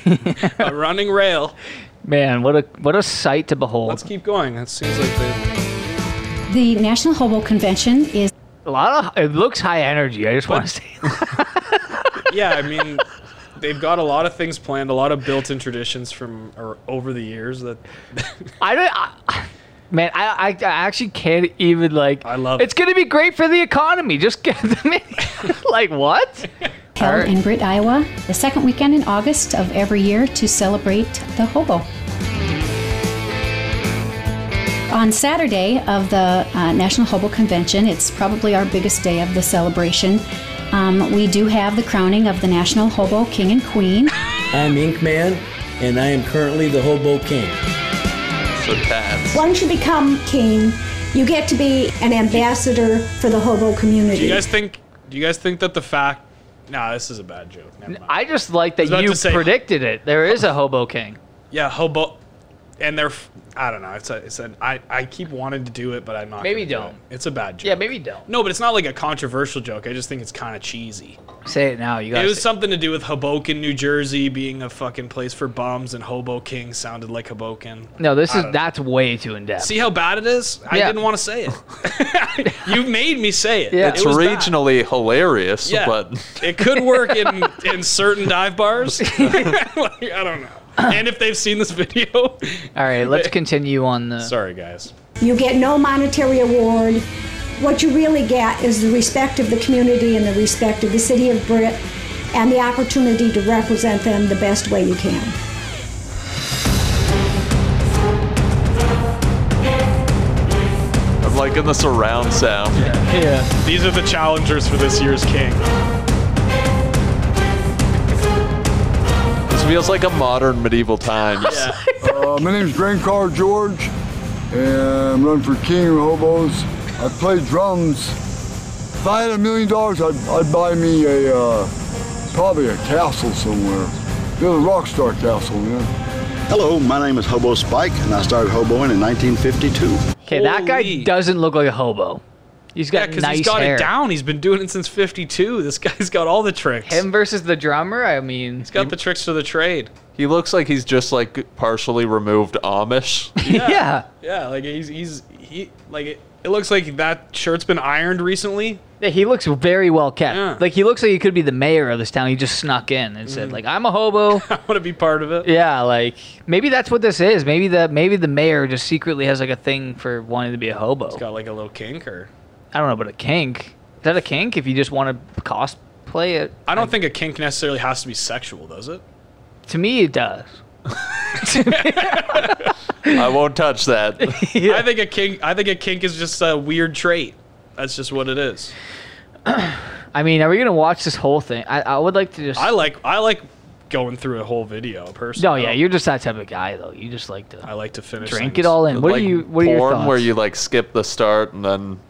a running rail. Man, what a what a sight to behold. Let's keep going. That seems like the. The National Hobo Convention is A lot of it looks high energy. I just want to say Yeah, I mean, they've got a lot of things planned, a lot of built-in traditions from or over the years that I don't. I, *sighs* man, I, I I actually can't even like. I love. It's gonna be great for the economy. Just *laughs* get them in. like what? held in Britt, Iowa, the second weekend in August of every year to celebrate the hobo. On Saturday of the uh, National Hobo Convention, it's probably our biggest day of the celebration. Um, we do have the crowning of the National Hobo King and *laughs* Queen. I'm Ink Man, and I am currently the Hobo King. So Tabs. Once you become king, you get to be an ambassador for the hobo Do community. you guys think? Do you guys think that the fact? Nah, this is a bad joke. Never mind. I just like I was that about you to say- predicted it. There is a hobo king. Yeah, hobo, and they're. f- I don't know. It's a. It's an. I. I keep wanting to do it, but I'm not. Maybe gonna do don't. it. It's a bad joke. Yeah, maybe don't. No, but it's not like a controversial joke. I just think it's kind of cheesy. Say it now. You It guys. was something to do with Hoboken, New Jersey, being a fucking place for bums, and Hobo King sounded like Hoboken. No, this I is don't know. that's way too in depth. See how bad it is? I Yeah. didn't want to say it. *laughs* you made me say it. It's It was bad. regionally hilarious, Yeah. but *laughs* it could work in in certain *laughs* dive bars. Like, I don't know. And if they've seen this video, *laughs* All right, let's continue on the. Sorry, guys. You get no monetary award. What you really get is the respect of the community and the respect of the city of Britt and the opportunity to represent them the best way you can. I'm like in the surround sound. Yeah. These are the challengers for this year's king. This feels like a modern medieval times. uh, my name's Green Car George, and I'm running for King of Hobos. I play drums. If I had a million dollars, I'd, I'd buy me a uh, probably a castle somewhere. There's a rock star castle, man. Hello, my name is Hobo Spike, and I started hoboing in 1952. Okay, that guy doesn't look like a hobo. He's got Because nice he's got hair. it down. He's been doing it since '52. This guy's got all the tricks. Him versus the drummer. I mean, he's got the tricks to the trade. He looks like he's just like partially removed Amish. *laughs* Yeah. Yeah, like he's he's he like it, it looks like that shirt's been ironed recently. *laughs* Yeah, he looks very well kept. Like he looks like he could be the mayor of this town. He just snuck in and said, like, I'm a *laughs* hobo. I want to be part of it. Yeah, like maybe that's what this is. Maybe the maybe the mayor just secretly has like a thing for wanting to be a hobo. He's got like a little kink or I don't know, but a kink. Is that a kink? If you just want to cosplay it, I don't think a kink necessarily has to be sexual, does it? to me it does. *laughs* I won't touch that. I think a kink I think a kink is just a weird trait. That's just what it is. I mean, are we gonna watch this whole thing? I, I would like to just. I like I like going through a whole video personally. No, yeah, you're just that type of guy though. You just like to. I like to finish. Drink things. it all in. *laughs* What like are you? What are your porn thoughts? where you like skip the start and then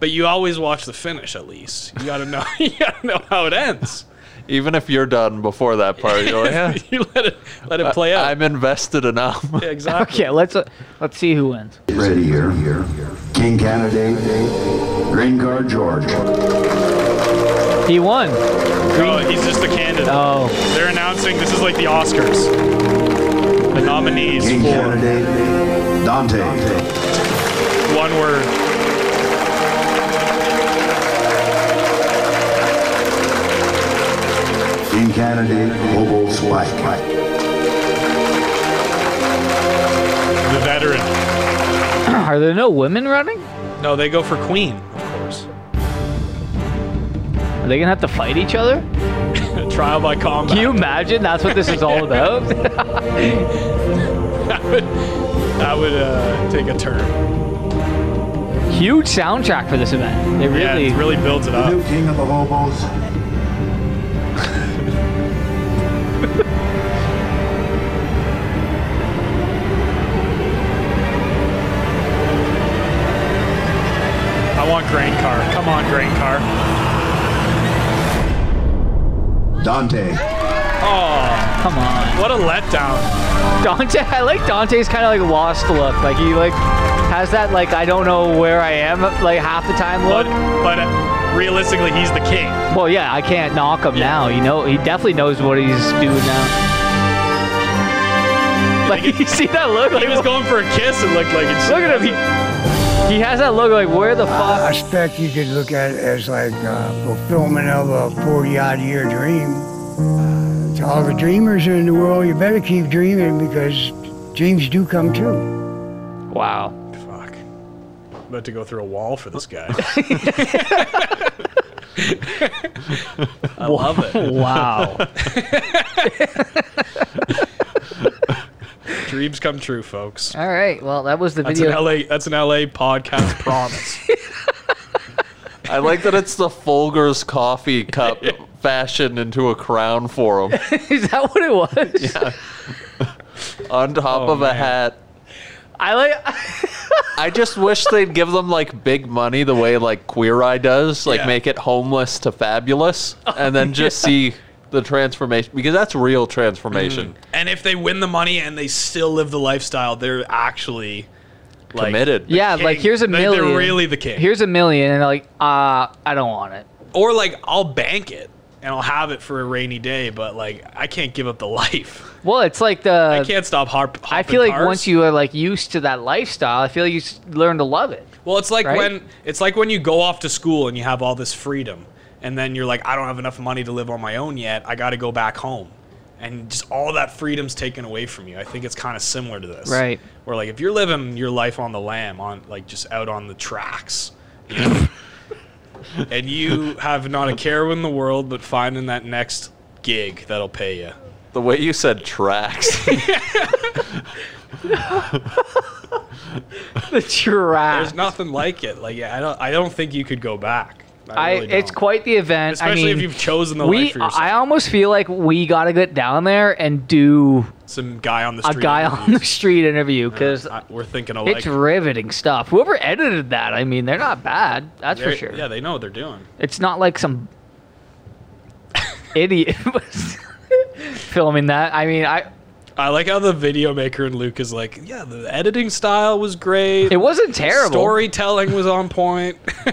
But you always watch the finish at least. You gotta know *laughs* you gotta know how it ends. even if you're done before that part, you're like, *laughs* yeah, *laughs* you let it let it play out. I'm invested enough. Yeah, exactly. Okay, let's uh, let's see who wins. Ready here. King candidate, Green Guard George. He won. No, he's just the candidate. Oh. *clears throat* They're announcing this is like the Oscars. The nominees King for candidate, Dante. one word. King candidate, Hobo Spike. The veteran. Are there no women running? No, they go for queen, of course. Are they gonna have to fight each other? Trial by combat. Can you imagine? That's what this is all about. *laughs* That would, that would uh, take a turn. Huge soundtrack for this event. They Yeah, really, it really builds it The up. new king of the hobos. I want grain car. Come on, grain car. Dante. Oh, come on. What a letdown. Dante. I like Dante's kind of like lost look. Like he like has that like I don't know where I am like half the time look. But uh, realistically, he's the king. Well, yeah, I can't knock him now. You know, he definitely knows what he's doing now. Like *laughs* you see that look? He was going for a kiss. It looked like it's. Look at him. He, he has that look like where the fuck. I expect you could look at it as like uh, fulfillment of a 40 odd year dream. To all the dreamers in the world, you better keep dreaming because dreams do come true. Wow. Fuck. I'm about to go through a wall for *laughs* this guy. I love it. Wow. Dreams come true, folks. All right. Well, that was the That's video. an LA. That's an LA podcast *laughs* promise. *laughs* I like that it's the Folgers coffee *laughs* cup fashioned into a crown for him Is that what it was? Yeah. on top of a hat. Oh, I like. I just wish they'd give them like big money the way like Queer Eye does, like Yeah. Oh, make it homeless to *laughs* fabulous, and then just yeah. see the transformation because that's real transformation. Mm, and if they win the money and they still live the lifestyle, they're actually like, Committed. the Yeah, like king. here's a They- million. They're really the king. Here's a million, and they're like, uh, I don't want it. or like I'll bank it and I'll have it for a rainy day, but like I can't give up the *laughs* life. Well, it's like the. I can't stop harp. I feel like once you are like used to that lifestyle, I feel like you s- learn to love it. Well, it's like Right? when it's like when you go off to school and you have all this freedom, and then you're like, I don't have enough money to live on my own yet. I got to go back home, and just all that freedom's taken away from you. I think it's kind of similar to this, Right. Where like if you're living your life on the lam, on like just out on the tracks, you *laughs* know, and you have not a care in the world, but finding that next gig that'll pay you. The way you said *laughs* tracks. the *laughs* giraffe. *laughs* There's nothing like it. Like yeah, I don't. I don't think you could go back. I, really it's quite the event. Especially I mean, if you've chosen the we, life for yourself. I almost feel like we gotta get down there and do Some guy on the a street. uh, guy *laughs* on the street interview because We're thinking alike. it's riveting stuff. Whoever edited that, I mean, they're not bad. That's for They're- sure. Yeah, they know what they're doing. It's not like some idiot *laughs* was filming that. I mean, I I like how the video maker and Luke is like, yeah, the editing style was great. It wasn't terrible. Storytelling was on point. *laughs*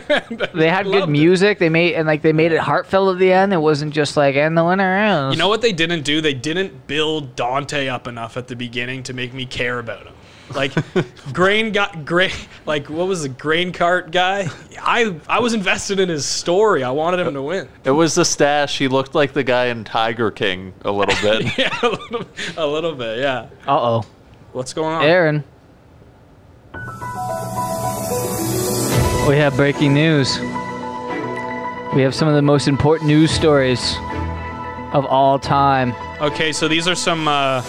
they had good music. They made and like they made it heartfelt at the end. It wasn't just like and the winner is. You know what they didn't do? They didn't build Dante up enough at the beginning to make me care about him. Like grain got grain like what was the grain cart guy? I I was invested in his story. I wanted him to win. *laughs* it was the stash. He looked like the guy in Tiger King a little *laughs* bit. yeah, a little, a little bit, yeah. Uh oh. What's going on? Aaron. We have breaking news. We have some of the most important news stories of all time. Okay, so these are some uh,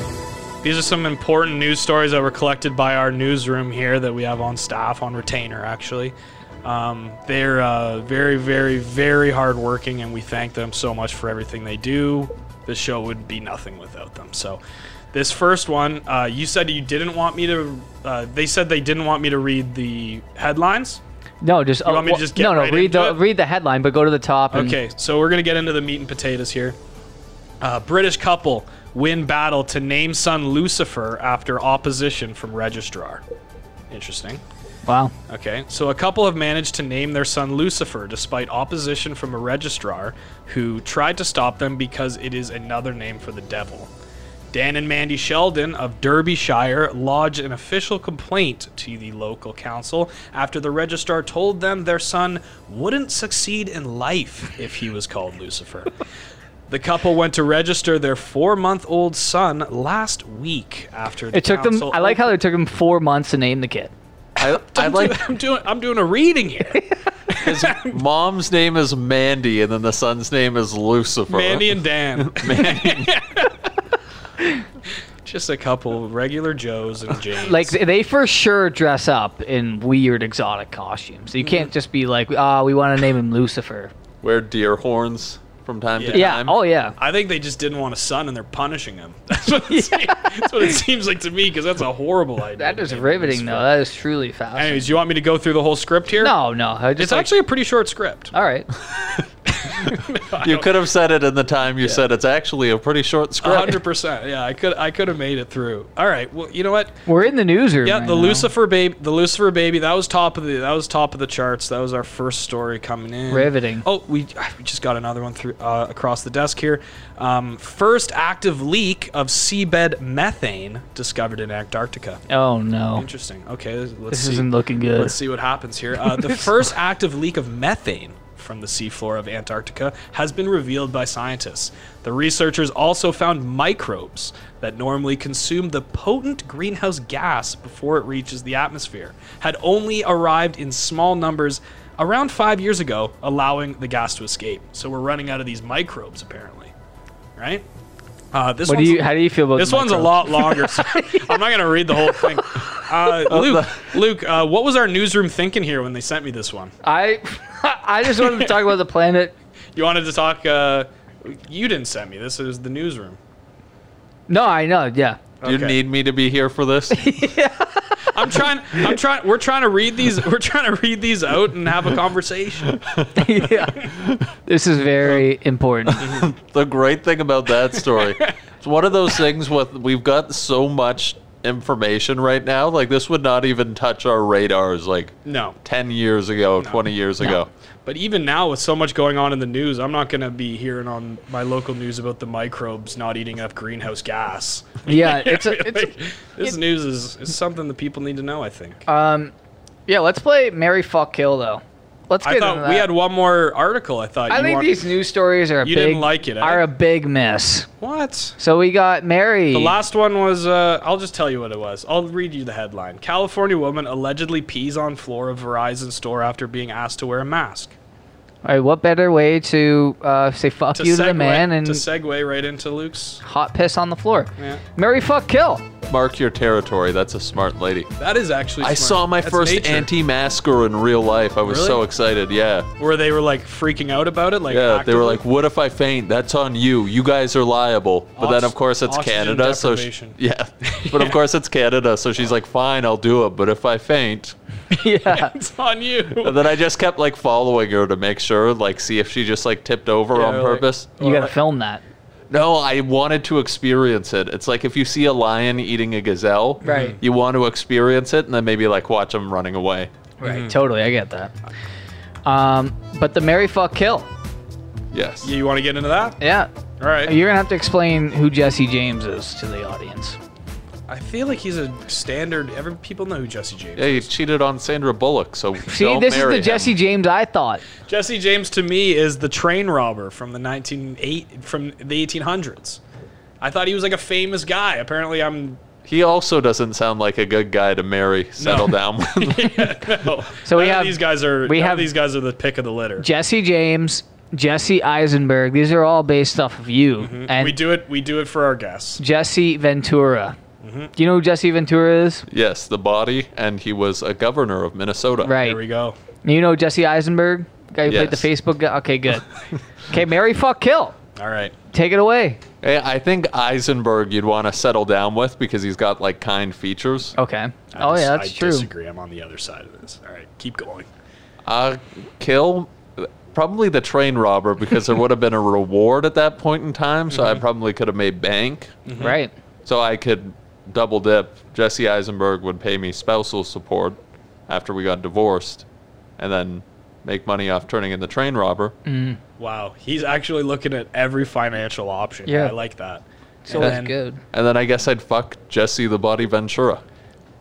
these are some important news stories that were collected by our newsroom here that we have on staff on retainer actually. Um, they're uh, very, very, very hardworking, and we thank them so much for everything they do. This show would be nothing without them. So, this first one, uh, you said you didn't want me to. Uh, they said they didn't want me to read the headlines. No, just, You want me to wh- just get no, no. right read into the it? read the headline, but go to the top. And, Okay, so we're gonna get into the meat and potatoes here. Uh, British couple win battle to name son Lucifer after opposition from registrar. Interesting. Wow. Okay, so a couple have managed to name their son Lucifer despite opposition from a registrar who tried to stop them because it is another name for the devil. Dan and Mandy Sheldon of Derbyshire lodged an official complaint to the local council after the registrar told them their son wouldn't succeed in life if he was called Lucifer. The couple went to register their four month old son last week after the It took them. council I like how it took them four months to name the kid. I, I like *laughs* I'm doing I'm doing a reading here. his mom's name is Mandy, and then the son's name is Lucifer. Mandy and Dan. *laughs* Just a couple regular Joes and James. Like th- they for sure dress up in weird exotic costumes. You Mm-hmm. can't just be like, ah, we want to name him Lucifer. wear deer horns from time to Yeah. time. Oh yeah. I think they just didn't want a son, and they're punishing him. *laughs* That's what it, seems, that's what it seems like to me, because that's a horrible idea. That is riveting though. That is truly fascinating. Anyways, you want me to go through the whole script here? No, no. I just it's like- actually a pretty short script. All right. You could have said it in the time you said it's actually a pretty short A script. hundred percent. Yeah, I could I could have made it through. All right. Well, you know what? We're in the newsroom. Yeah, right the now. Lucifer baby, the Lucifer baby. That was top of the that was top of the charts. That was our first story coming in. Riveting. Oh, we we just got another one through uh, across the desk here. Um, first active leak of seabed methane discovered in Antarctica. Oh no. Interesting. Okay, let's This see. isn't looking good. *laughs* Let's see what happens here. Uh, the first active leak of methane from the seafloor of Antarctica has been revealed by scientists. The researchers also found microbes that normally consume the potent greenhouse gas before it reaches the atmosphere, had only arrived in small numbers around five years ago, allowing the gas to escape. So we're running out of these microbes, apparently. Right? Uh, this What do you- one's- how do you feel about this the one's a lot microbes? longer? so I'm not gonna read the whole thing. Uh, Luke, Luke, uh, what was our newsroom thinking here when they sent me this one? I I *laughs* just wanted to talk about the planet. You wanted to talk. Uh, you didn't send me this. It was the newsroom. No, I know. Yeah. *laughs* You need me to be here for *laughs* this? I'm trying. I'm trying. We're trying to read these. We're trying to read these out and have a conversation. *laughs* This is very important. the great thing about that *laughs* story, it's one of those things with we've got so much information right now. Like this would not even touch our radars like No. 10 years ago, 20 years ago. But even now, with so much going on in the news, I'm not going to be hearing on my local news about the microbes not eating up greenhouse gas. Yeah, it's a- it's a- Like, this news is, is something that people need to know. I think. Um, yeah. Let's play Mary Fuck Kill though. Let's get I into thought that. we had one more article. I thought. I you think want- these news stories are a You big, didn't like it, eh? are a big miss. What? So we got Mary. The last one was. Uh, I'll just tell you what it was. I'll read you the headline. California woman allegedly pees on floor of Verizon store after being asked to wear a mask. All right, what better way to uh, say fuck you to the segue- man and to segue right into Luke's. hot piss on the floor? Yeah. Mary fuck kill. *laughs* Mark your territory. That's a smart lady. That is actually. I smart. saw my That's first nature. anti-masker in real life. I was Really? so excited. Yeah. Where they were like freaking out about it, like yeah, they were actively? *laughs* like, "What if I faint? That's on you. You guys are liable." But then, Ox- of course, it's oxygen Canada, so sh- deprivation. *laughs* yeah. But of course, it's Canada, so she's like, "Fine, I'll do it." But if I faint, yeah, it's on you. and then I just kept like following her to make sure, like, see if she just like tipped over Yeah, on like- purpose. You gotta film that. No, I wanted to experience it. It's like if you see a lion eating a gazelle, Right. You want to experience it, and then maybe like watch them running away. Right, totally. I get that. Um, but the Mary fuck kill. Yes. You want to get into that? Yeah. All right. You're gonna have to explain who Jesse James is to the audience. I feel like he's a standard. Every people know who Jesse James. Yeah, you cheated on Sandra Bullock, so See, don't this is marry the Jesse James I thought. Jesse James to me is the train robber from the 198 from the 1800s. I thought he was like a famous guy. Apparently, I'm He also doesn't sound like a good guy to marry, settle down with. So we none of have these guys are we none of have these guys are the pick of the litter. Jesse James, Jesse Eisenberg. These are all based off of you and Mm-hmm. we do it. We do it for our guests. Jesse Ventura. Mm-hmm. Do you know who Jesse Ventura is? Yes, the body, and he was a governor of Minnesota. Right. Here we go. You know Jesse Eisenberg, guy who played the Yes. Facebook guy. Okay, *laughs* good. okay, Mary fuck kill. All right. Take it away. Hey, Eh, I think Eisenberg you'd want to settle down with because he's got like kind features. Okay. oh yeah, that's I true. disagree. I'm on the other side of this. All right, keep going. Uh, kill probably the train robber because there would have been a reward at that point in time, so I probably could have made bank. Mm-hmm. Mhm. Right. So I could double dip. Jesse Eisenberg would pay me spousal support after we got divorced, and then make money off turning in the train robber. Wow, he's actually looking at every financial option. Yeah. I like that. So that's good. And then I guess I'd fuck Jesse the Body Ventura.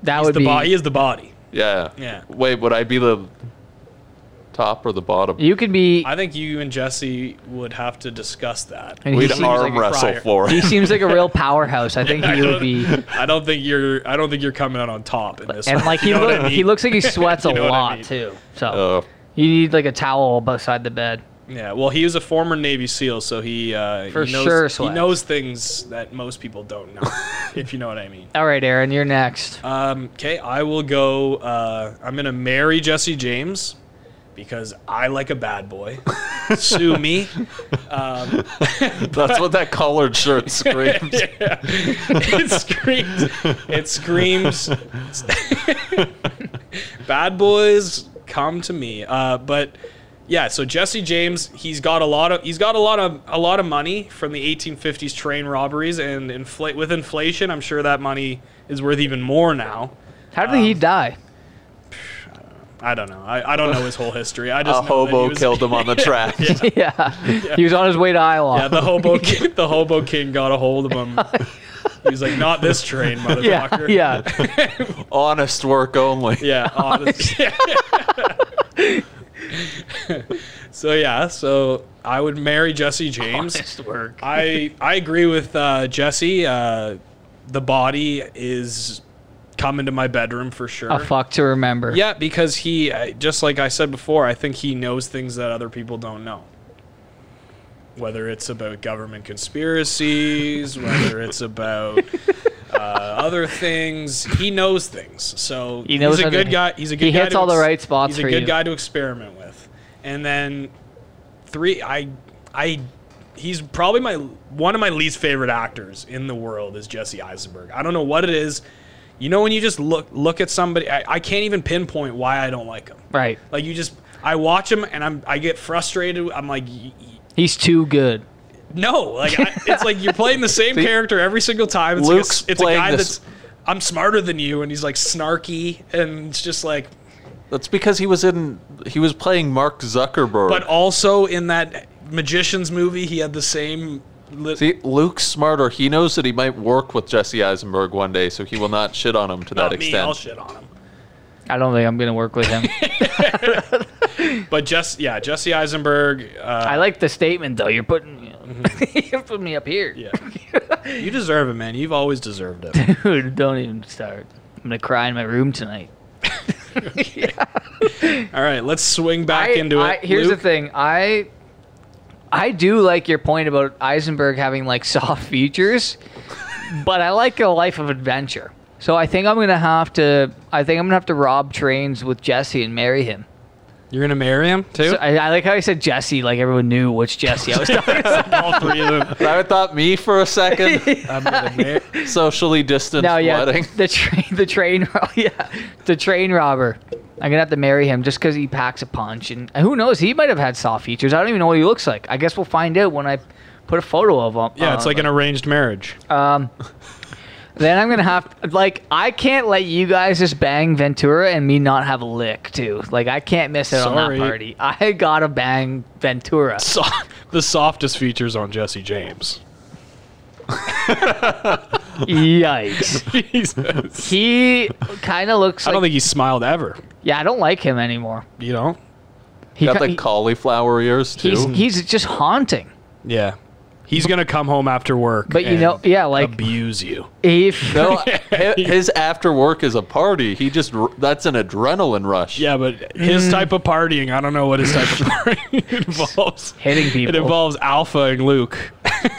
That He's would the be. bo- he is the body. Yeah. Yeah. Wait, would I be the top or the bottom? You could be. I think you and Jesse would have to discuss that. And he We'd seems arm like a wrestle crier. for He *laughs* it. seems like a real powerhouse. *laughs* I think I he would don't, be. I don't think you're. I don't think you're coming out on top in this. And one. like he You know what I look, he mean? looks like he sweats a *laughs* You know what I lot mean? Oh. too. So Uh, you need like a towel beside the bed. Yeah, well, he was a former Navy SEAL, so he uh, For he knows, sure he sweats. knows things that most people don't know, *laughs* if you know what I mean. All right, Aaron, you're next. Um, okay, I will go. Uh, I'm gonna marry Jesse James because I like a bad *laughs* boy. Sue me. Um, That's what that collared *laughs* shirt screams. Yeah. It screams. *laughs* It screams. Bad boys, come to me. Uh, but yeah, so Jesse James, he's got a lot of he's got a lot of a lot of money from the 1850s train robberies, and inflate with inflation, I'm sure that money is worth even more now. How did um, he die? *laughs* I don't know. I, I don't know his whole history. I A just know that hobo he was- killed him on *laughs* the track. Yeah. he was on his way to Iowa. Yeah, the hobo king, the hobo king got a hold of him. He was like, "Not this *laughs* train, motherfucker." *laughs* yeah. *laughs* Honest work only. Yeah, honest. *laughs* so yeah, so I would marry Jesse James. I I agree with uh, Jesse. Uh, the body is coming to my bedroom for sure. A fuck to remember. *laughs* Yeah, because he, uh, just like I said before, I think he knows things that other people don't know. Whether it's about government conspiracies, whether it's about uh, other things, he knows things. So He knows he's a how to- good guy. He's a good he guy hits to all the ex- right spots He's a for good you. guy to experiment with. And then three, I, I, he's probably my one of my least favorite actors in the world is Jesse Eisenberg. I don't know what it is. You know when you just look look at somebody, I, I can't even pinpoint why I don't like him. Right. Like you just, I watch him and I'm I get frustrated. I'm like, y- y- He's too good. no, like I, it's like you're playing *laughs* the same character every single time. It's Luke's like a, it's a playing guy this- that's I'm smarter than you, and he's like snarky, and it's just like. That's because he was in. He was playing Mark Zuckerberg. But also in that magicians movie, he had the same. Li- See, Luke's smarter. He knows that he might work with Jesse Eisenberg one day, so he will not shit on him to that not me, I'll extent. shit on him. I don't think I'm gonna work with *laughs* him. Uh, But just yeah, Jesse Eisenberg. Uh, I like the statement though. You're putting *laughs* you put me up here. mm-hmm. Yeah, you deserve it, man. You've always deserved *laughs* it. Dude, *laughs* don't even start. I'm gonna cry in my room tonight. All right, let's swing back I- into I- it. here's Luke. the thing. I I do like your point about Eisenberg having like *laughs* soft features, but I like a life of adventure. So I think I'm gonna have to. I think I'm gonna have to rob trains with Jesse and marry him. You're gonna marry him too. I, I like how I said Jesse. Like everyone knew which Jesse I *laughs* was talking. All *laughs* three of them. I thought me for a second. *laughs* Socially distanced no, yeah, wedding. the train, the train, *laughs* ro- yeah, the train robber. I'm gonna have to marry him just because he packs a punch, and and who knows? He might have had soft features. I don't even know what he looks like. I guess we'll find out when I put a photo of him. Yeah, it's uh, like an arranged marriage. Um, then I'm gonna have like I can't let you guys just bang Ventura and me not have a lick too. Like I can't miss out on Sorry. that party. *laughs* I gotta bang *laughs* Ventura. *laughs* So- the softest features on Jesse James. Yikes! He kind of looks. I like, don't think he smiled ever. Yeah, I don't like him anymore. You know, He got ca- the he- cauliflower ears too. He's he's just haunting. yeah, he's gonna come home after work. But you and know, yeah, like abuse you. If *laughs* no, hi- his after work is a party. He just r- that's an adrenaline rush. Yeah, but Mm. his type of partying, I don't know what his type of partying *laughs* involves. Hitting It involves Alpha and Luke.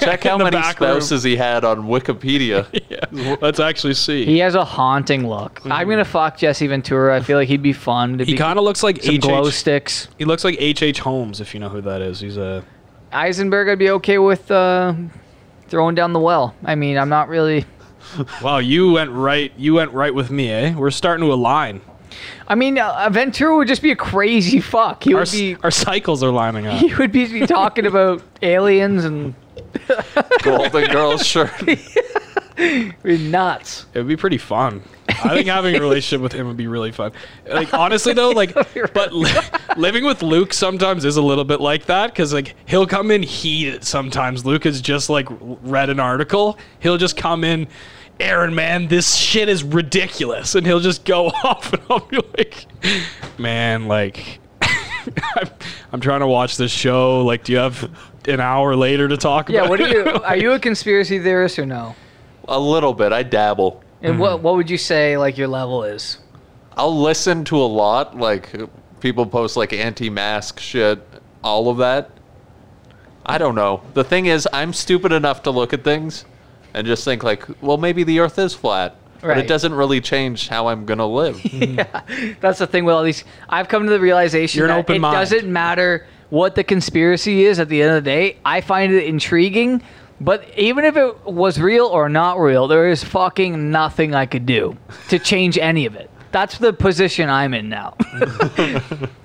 Check how in the many back room. spouses he had on Wikipedia. *laughs* yeah, let's actually see. he has a haunting look. I'm gonna fuck Jesse Ventura. I feel like he'd be fun. To Mm-hmm. He be- kind of looks like some H. glow sticks. He looks like H. H. Holmes, if you know who that is. He's a Eisenberg. I'd be okay with uh, throwing down the well. I mean, I'm not really. wow. You went right. You went right with me, eh? We're starting to align. I mean, uh, Ventura would just be a crazy fuck. He our, would s- be. our cycles are lining *laughs* up. He would be, be talking about aliens and Golden Girls *laughs* shirt. be nuts. It would be pretty fun. I think having a relationship with him would be really fun. Like honestly *laughs* though, like but li- living with Luke sometimes is a little bit like that cuz like he'll come in heated sometimes. Luke has just like read an article. He'll just come in Aaron, man, this shit is ridiculous. And he'll just go *laughs* off, and I'll be like, man, like, *laughs* I'm, I'm trying to watch this show. Like, do you have an hour later to talk Yeah. about What are it? you? Are you a conspiracy theorist or no? A little bit. I dabble. And what what would you say like your level is? I'll listen to a lot. Like people post like anti-mask shit, all of that. I don't know. The thing is, I'm stupid enough to look at things and just think like, well, maybe the Earth is flat, but Right. it doesn't really change how I'm gonna live. *laughs* That's the thing with all these. I've come to the realization You're an that open it mind. doesn't matter what the conspiracy is at the end of the day. I find it intriguing, but even if it was real or not real, there is fucking nothing I could do to change any of it. That's the position I'm *laughs* in now.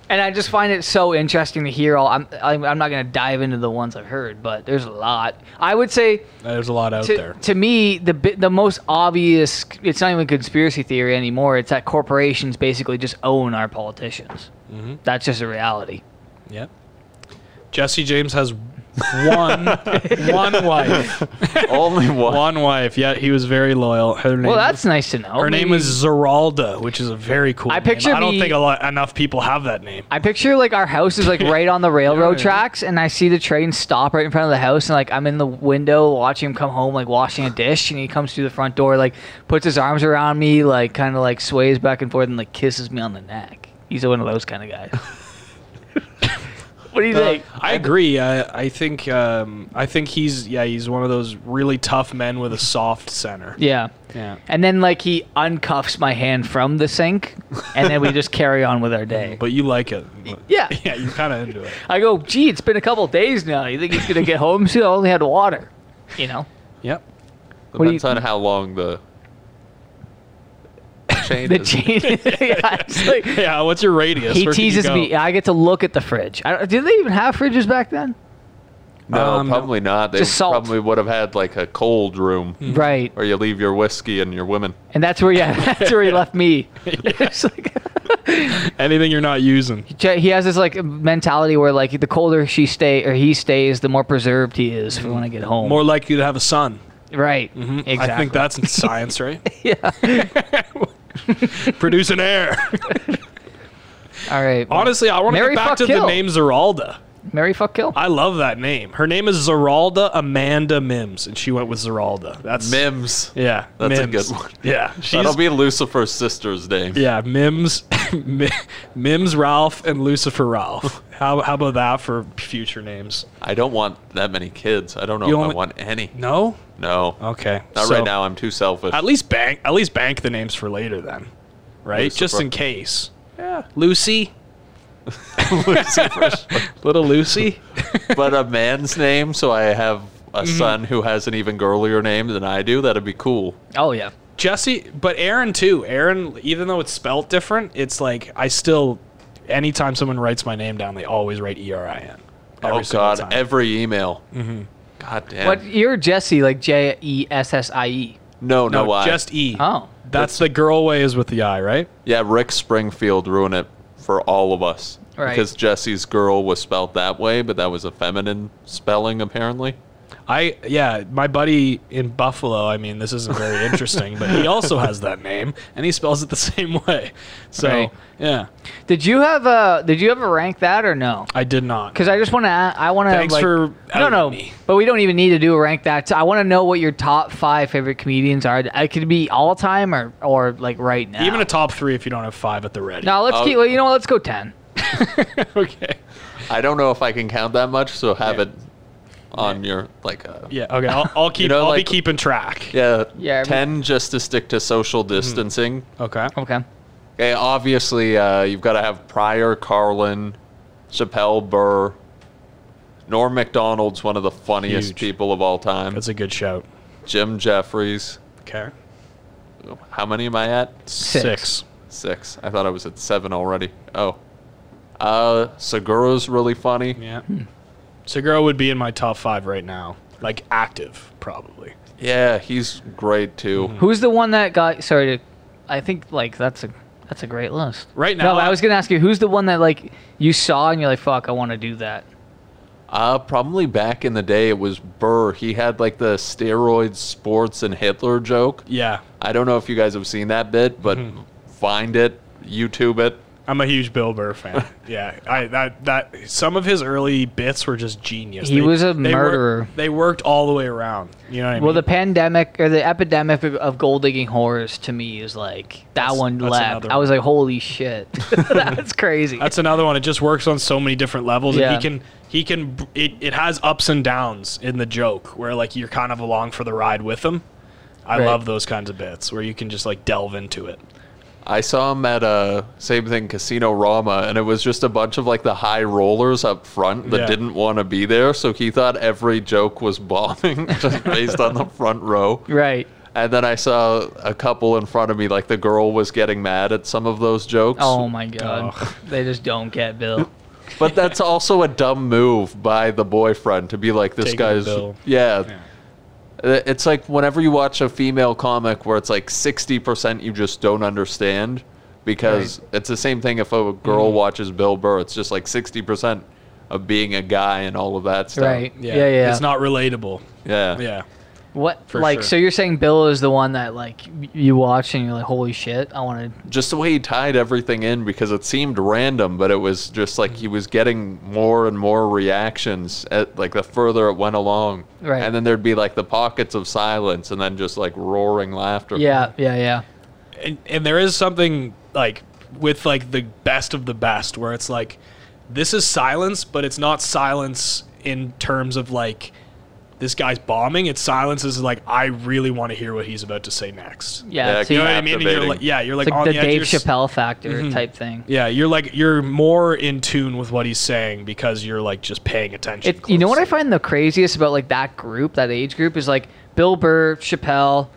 and I just find it so interesting to hear all. I'm, I'm I'm not gonna dive into the ones I've heard, but there's a lot. I would say *laughs* There's a lot out to, there. to me, the bi- the most obvious it's not even conspiracy theory anymore. It's that corporations basically just own our politicians. Mhm. That's just a reality. Yep. Jesse James has One, one wife. Only one. One wife. Yeah, he was very loyal. Her name Well, that's nice to know. Her name Maybe- is Zeralda, which is a very cool. I name. picture I don't me- think a lot enough people have that name. I picture like our house is like right *laughs* on the railroad tracks, and I see the train stop right in front of the house, and like I'm in the window watching him come home, like washing a dish, and he comes through the front door, like puts his arms around me, like kind of like sways back and forth, and like kisses me on the neck. He's one of those kind of guys. what do Uh, you think? I agree. I, I think um, I think he's yeah he's one of those really tough men with a soft center. Yeah. Yeah. And then like he uncuffs my hand from the sink, and then we just carry on with our day. *laughs* But you like it. Yeah. *laughs* Yeah, you're kind of into it. I go, gee, it's been a couple days now. You think he's gonna get home soon? I only had water. You know. Yep. What do you- Depends on how long the chain The is. chain. *laughs* yeah, *laughs* it's like- yeah. What's your radius? he Where can you teases go? me. I get to look at the fridge. I don't, did they even have fridges back then? No, probably not. They Um, Just salt. probably would have had like a cold room, Mm-hmm. Right. Where you leave your whiskey and your women. And that's where yeah, *laughs* that's *laughs* where he left me. It's like- *laughs* Anything you're not using. he has this like mentality where like the colder she stay or he stays, the more preserved he is for when I get home. Mm-hmm. More likely to have a son. Right. I Exactly. think that's *laughs* science, right? yeah. *laughs* Produce an heir. All right. Honestly, I want to Marry, get back fuck, to the kill. name Zeralda. Mary fuck kill. I love that name. Her name is Zeralda Amanda Mims, and she went with Zeralda. That's Mims. Yeah, that's Mims. a good one. *laughs* *laughs* Yeah, that'll she's- be Lucifer's sister's name. Yeah, Mims, *laughs* Mi- Mims Ralph, and *laughs* Lucifer Ralph. How how about that for future names? I don't want that many kids. I don't know You if only- I want any. No. No. Okay. Not so- right now. I'm too selfish. At least bank at least bank the names for later then. Right? Just Lucifer. in case. Yeah. Lucy. *laughs* Little Lucy. but a man's name, so I have a Mhm. son who has an even girlier name than I do. That'd be cool. Oh yeah. Jesse but Aaron too. Aaron even though it's spelt different, it's like I still anytime someone writes my name down, they always write E R I N. oh God! Every email. Mhm. God damn. What you're Jesse like J E S S I E. No, no, No, I. just E. Oh. That's the girl way is with the I, right? Yeah, Rick Springfield ruined it for all of us. Right. Because Jesse's girl was spelled that way, but that was a feminine spelling, apparently. I yeah, my buddy in Buffalo. I mean, this isn't very interesting, but he also has that name, and he spells it the *laughs* same way. So Right. yeah, Did you have a Did you ever rank that or no? I did not. Because I just want to. I want to. Thanks like, for No, outing no. me. But we don't even need to do a rank that. I want to know what your top five favorite comedians are. It could be all time or or like right now. Even a Uh, top three if you don't have five at the ready. *laughs* no, let's keep. Well, you know what? Let's go ten. I don't know if I can count that much, so have it on your, like, uh, Yeah. Okay. I'll, I'll *laughs* keep. You know, I'll like- be keeping track. yeah, Yeah, we- 10 just to stick to social Mm-hmm. distancing. Okay. Okay. Okay, obviously, uh, you've got to have Pryor, Carlin, Chappelle Burr. Norm MacDonald's one of the funniest Huge. people of all time. That's a good shout. Jim Jeffries. Okay. How many am I at? Six. Six. Six. I thought I was at seven already. Oh. Uh, Segura's really funny. Yeah. Segura would be in my top five right now, like active probably. Yeah, he's great too. Mm-hmm. Who's the one that got? Sorry to. I think like that's a that's a great list. Right No, now, but I was gonna ask you who's the one that like you saw and you're like, fuck, I want to do that. Uh, probably back in the day, it was Burr. He had like the steroids, sports, and Hitler joke. Yeah. I don't know if you guys have seen that bit, but find it, YouTube it. I'm a huge Bill Burr fan. yeah, I that that some of his early bits were just genius. He was a wor- murderer. they worked all the way around. You know what I mean? Well, the pandemic or the epidemic of- of gold digging horrors to me is like that That's- one that's left. another I was one. like, holy shit, *laughs* that's crazy. That's another one. It just works on so many different levels. and Yeah. he can he can it, it has ups and downs in the joke where like you're kind of along for the ride with him. I Right. love those kinds of bits where you can just like delve into it. I saw him at a same thing Casino Rama, and it was just a bunch of like the high rollers up front that Yeah. didn't want to be there. So he thought every joke was bombing *laughs* just based on the front row. Right. And then I saw a couple in front of me, like the girl was getting mad at some of those jokes. Oh my god, they just don't get Bill. But *laughs* that's also a dumb move by the boyfriend to be like, this Taking the guy's. bill. Yeah. Uh, It's like whenever you watch a female comic where it's like 60% you just don't Mm-hmm. understand because it's the same thing if a girl watches Bill Burr. It's just like 60%. of being a guy and all of that stuff. Right. Yeah. Yeah, yeah. It's not relatable. Yeah. Yeah. What For like sure. so you're saying Bill is the one that like y- you watch and you're like holy shit I want to Just the way he tied everything in because it seemed random, but it was just like Mm-hmm. he was getting more and more reactions at like the further it went along. Right. And then there'd be like the pockets of silence and then just like roaring laughter. yeah yeah yeah and, and there is something like with like the best of the best where it's like this is silence but it's not silence in terms of like this guy's bombing it's silence is like i really want to hear what he's about to say next yeah, it's you know like- what i mean And you're like, yeah you're like, It's on the, the, edge Dave you're s- Chappelle factor Mhm. type thing yeah you're like you're more in tune with what he's saying because you're like just paying attention It, you know what I find the craziest about like that group, that age group, is like Bill Burr, Chappelle,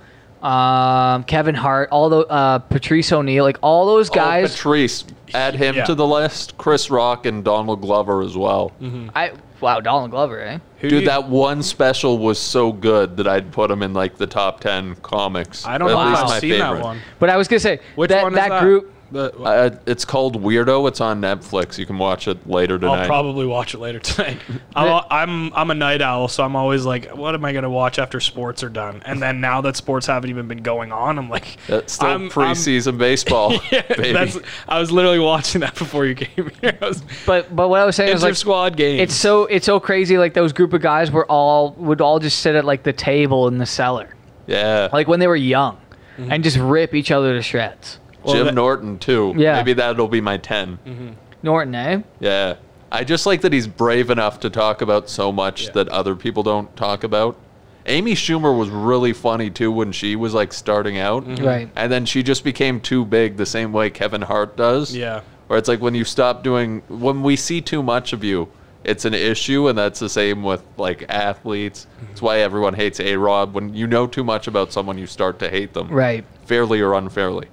um, Kevin Hart, all the uh, Patrice O'Neill, like all those Oh, guys. Patrice, add him Yeah. to the list. Chris Rock and Donald Glover as well. Mm-hmm. I wow, Donald Glover, eh? Dude, that one special was so good that I'd put him in like the top ten comics. I don't At know if least I've my seen that favorite. one. But I was gonna say Which that one is that, that? group. Uh, it's called Weirdo. It's on Netflix. You can watch it later tonight. I'll probably watch it later tonight. *laughs* I'm, I'm I'm a night owl, so I'm always like, what am I gonna watch after sports are done? And then now that sports haven't even been going on, I'm like, That's still I'm- I'm- preseason baseball, *laughs* yeah, baby. that's. I was literally watching that *laughs* before you came here. I was, But but what I was saying is like Inter-squad games. It's so it's so crazy. Like those group of guys were all would all just sit at like the table in the cellar, yeah. like when they were young, Mm-hmm. and just rip each other to shreds. Jim Norton too. Yeah. Maybe that'll be my 10 Norton, eh? Yeah. I just like that he's brave enough to talk about so much that other people don't talk about. Amy Schumer was really funny too when she was like starting out. Mhm. Right. And then she just became too big the same way Kevin Hart does. Yeah. Where it's like when you stop doing when we see too much of you, it's an issue and that's the same with like athletes. That's why everyone hates A Rob. When you know too much about someone you start to hate them. Right. Fairly or unfairly.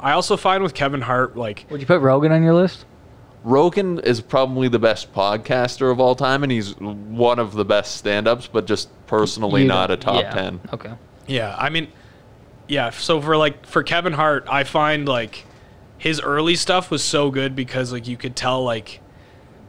I also find with Kevin Hart, like, Would you put Rogan on your list? Rogan is probably the best podcaster of all time, and he's one of the best stand ups, but just personally You not a don't- top yeah. 10. Okay. Yeah, I mean, yeah. So for like for Kevin Hart, I find like his early stuff was so good because like you could tell like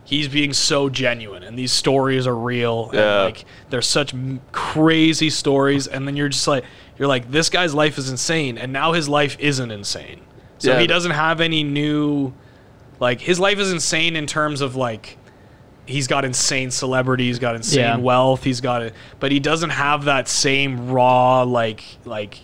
he's being so genuine and these stories are real Yeah. and like they're such m- crazy stories and then you're just like you're like this guy's life is insane and now his life isn't insane so Yeah. he doesn't have any new like his life is insane in terms of like he's got insane celebrity, he's got insane Yeah. wealth, he's got it, but he doesn't have that same raw like like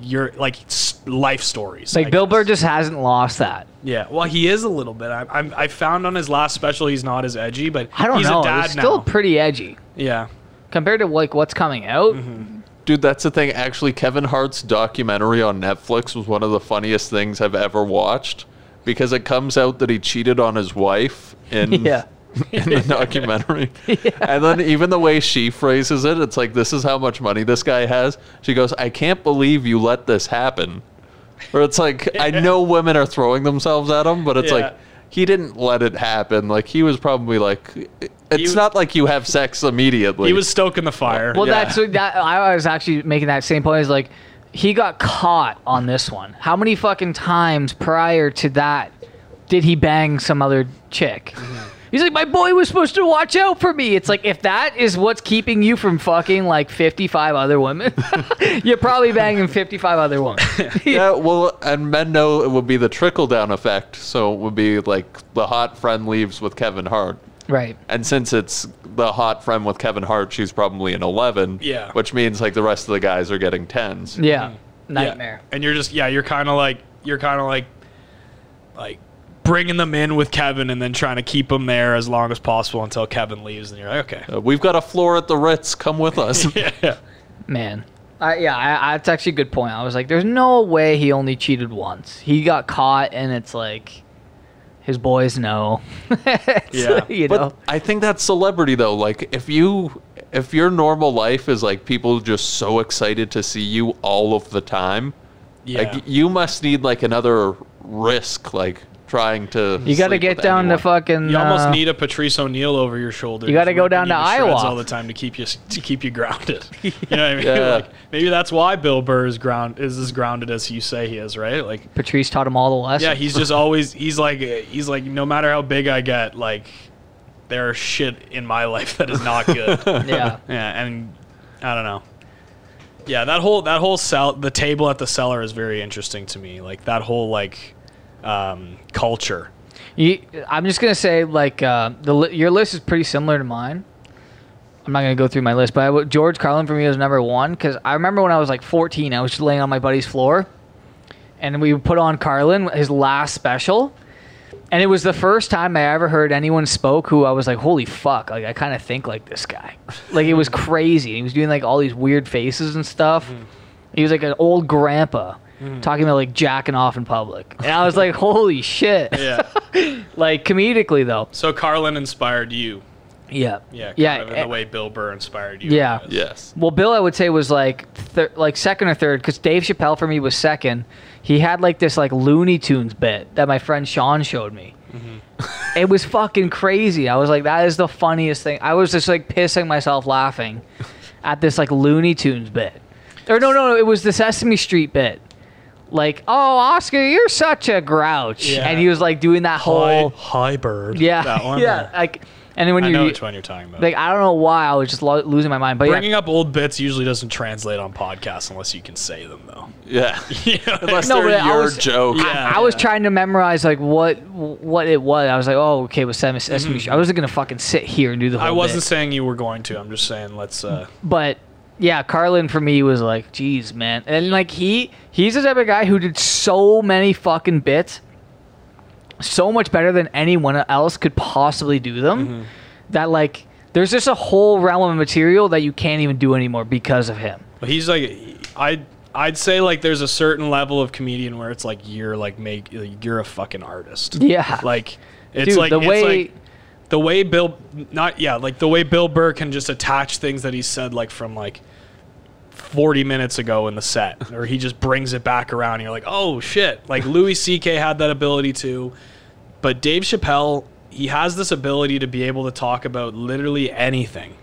your like s- life stories. Like I Bill guess. Burr just hasn't lost that. Yeah, well, he is a little bit. I, I'm I found on his last special he's not as edgy, but I don't he's know. a dad it's still now. pretty edgy Yeah, compared to like what's coming out. Mm-hmm. Dude, that's the thing. Actually, Kevin Hart's documentary on Netflix was one of the funniest things I've ever watched because it comes out that he cheated on his wife *laughs* in, Yeah. in the documentary. And then even the way she phrases it, it's like, this is how much money this guy has. She goes, I can't believe you let this happen. Or it's like, I know women are throwing themselves at him, but it's Yeah. like, he didn't let it happen. Like, he was probably like, it's not like you have sex immediately. he was stoking the fire. Well, Yeah. that's what that. I was actually making that same point. Is like he got caught on this one. How many fucking times prior to that did he bang some other chick? Mm-hmm. He's like, my boy was supposed to watch out for me. It's like if that is what's keeping you from fucking like fifty-five other women, *laughs* you're probably banging fifty-five other *laughs* women. yeah, well, and men know it would be the trickle down effect, so it would be like the hot friend leaves with Kevin Hart. Right. And since it's the hot friend with Kevin Hart, she's probably an 11. Yeah. Which means like the rest of the guys are getting 10s. Yeah. Mm-hmm. Yeah. Nightmare. And you're just yeah, you're kind of like you're kind of like like bringing them in with Kevin and then trying to keep them there as long as possible until Kevin leaves and you're like okay. Uh, we've got a floor at the Ritz. Come with *laughs* us. yeah. Man. I yeah, I, I, that's actually a good point. I was like, there's no way he only cheated once. He got caught, and it's like his boys know. *laughs* It's like, you but know. I think that's celebrity though. Like if you if your normal life is like people just so excited to see you all of the time, Yeah. like you must need like another risk, like trying to. You got to sleep get with down anyone. to fucking. You almost uh, need a Patrice O'Neill over your shoulder. you gotta just go ripping down you to shreds Iowa. all the time to keep you to keep *laughs* you grounded. You know what I mean? Yeah. Like, maybe that's why Bill Burr is ground is as grounded as you say he is, right? Like Patrice *laughs* taught him all the lessons. yeah, he's just always he's like he's like no matter how big I get, like there are shit in my life that is not *laughs* good. *laughs* Yeah. yeah, and I don't know. Yeah, that whole that whole cell the table at the cellar is very interesting to me. Like that whole like um, culture. You, I'm just gonna say like uh, the li- your list is pretty similar to mine. I'm not gonna go through my list, but I w George Carlin for me was number one because I remember when I was like 14, I was laying on my buddy's floor, and we put on Carlin his last special, and it was the first time I ever heard anyone spoke who I was like, holy fuck, like I kind of think like this guy. like it was crazy. He was doing like all these weird faces and stuff. He was like an old grandpa. Talking about like jacking off in public, and I was like, "Holy shit!" *laughs* Yeah. like comedically though. so Carlin inspired you. Yeah. Yeah, Yeah, kind of in eh. the way Bill Burr inspired you. Yeah. Yes. Well, Bill, I would say was like thir- like second or third because Dave Chappelle for me was second. He had like this like Looney Tunes bit that my friend Sean showed me. Mm-hmm. it was fucking crazy. I was like, that is the funniest thing. I was just like pissing myself laughing at this like Looney Tunes bit. Or no, no, no, it was the Sesame Street bit. Like, oh, Oscar, you're such a grouch, Yeah. and he was like doing that whole high bird. yeah, That *laughs* one. yeah, like, and then when I you know which one you're talking about. Like, I don't know why I was just lo- losing my mind, but yeah, Bringing up old bits usually doesn't translate on podcasts unless you can say them *laughs* though. Yeah. Unless No, but they're I your was- joke. I, I was trying to memorize like what what it was. I was like, oh, okay, with Sesame Sesame Street. I wasn't gonna fucking sit here and do the whole. Mm-hmm. I wasn't bit. saying you were going to. I'm just saying let's. uh But yeah, Carlin for me was like, geez, man, and like he he's the type of guy who did so many fucking bits, so much better than anyone else could possibly do them. Mm-hmm. That like, there's just a whole realm of material that you can't even do anymore because of him. But he's like, I I'd say like there's a certain level of comedian where it's like you're like make you're a fucking artist. Yeah. Like it's Dude, like the it's way- like the way Bill not yeah like the way Bill Burr can just attach things that he said like from like. 40 minutes ago in the set or he just brings it back around and you're like oh shit like louis ck had that ability too but Dave Chappelle, he has this ability to be able to talk about literally anything,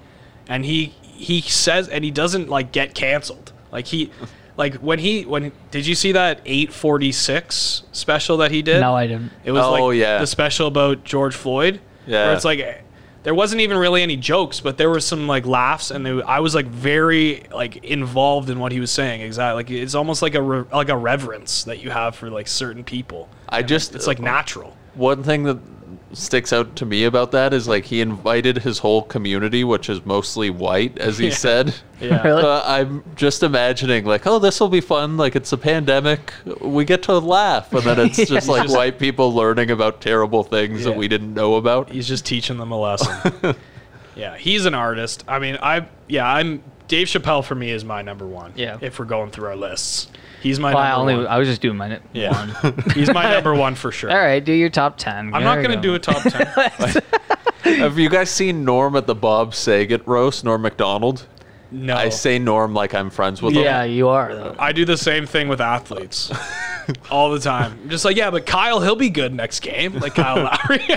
and he he says and he doesn't like get canceled. Like he, like when he when did you see that eight forty six special that he did? No, I didn't. It was Oh, like yeah. the special about George Floyd. Yeah. where it's like eh, there wasn't even really any jokes, but there were some like laughs, and they, I was like very like involved in what he was saying. Exactly, like it's almost like a re- like a reverence that you have for like certain people. I just It's like natural. one thing that sticks out to me about that is like he invited his whole community, which is mostly white, as he *laughs* Yeah. said. Yeah. Really? Uh, I'm just imagining like, oh, this will be fun. Like it's a pandemic, we get to laugh, and then it's *laughs* Yeah. just like Just- white people learning about terrible things that Yeah. we didn't know about. He's just teaching them *laughs* a lesson. Yeah, he's an artist. I mean, I yeah, I'm Dave Chappelle for me is my number one. Yeah, if we're going through our lists, he's my Well, I number only one. I was just doing my n- one. *laughs* yeah, he's my *laughs* number one for sure. All right, do your top ten. I'm not gonna do a top *laughs* ten. Have you guys seen Norm at the Bob Saget roast? Norm Macdonald. No. I say Norm like I'm friends with him. Yeah, you are though. I do the same thing *laughs* with athletes all the time. I'm just like yeah, but Kyle, he'll be good next game. Like Kyle *laughs* Lowry. *laughs* I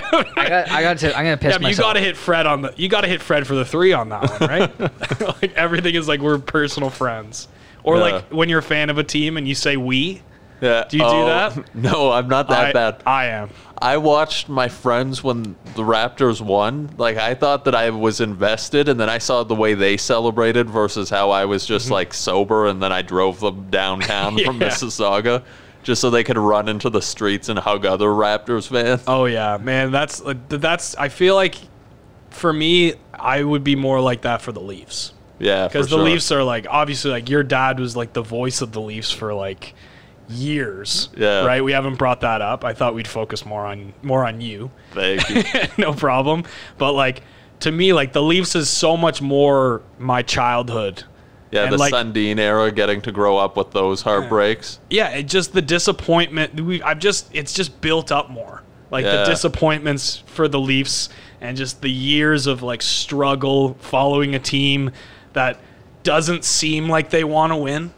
got I got to I'm gonna piss yeah, but you myself. got to hit Fred on the. You got to hit Fred for the three on that *laughs* one, right? *laughs* like everything is like we're personal friends, or Yeah. like when you're a fan of a team and you say we. Yeah. Oh, Do you do *laughs* that? No, I'm not that I- bad. I am. I watched my friends when the Raptors won. Like I thought that I was invested, and then I saw the way they celebrated versus how I was just like sober, and then I drove them *laughs* downtown from Mm-hmm. Yeah. Mississauga just so they could run into the streets and hug other Raptors fans. Oh yeah, man. That's uh, th- that's. I feel like for me, I would be more like that for the Leafs Yeah, because for the sure. Leafs are like obviously like your dad was like the voice of the Leafs for like years. Yeah. Right. We haven't brought that up. I thought we'd focus more on more on you. *laughs* Thank you. no problem. But like to me, like the Leafs is so much more my childhood. Yeah, And, the like- Sundin era, getting to grow up with those heartbreaks. yeah, it just the disappointment. We, I've just it's just built up more. Like Yeah. the disappointments for the Leafs and just the years of like struggle following a team that doesn't seem like they want to win.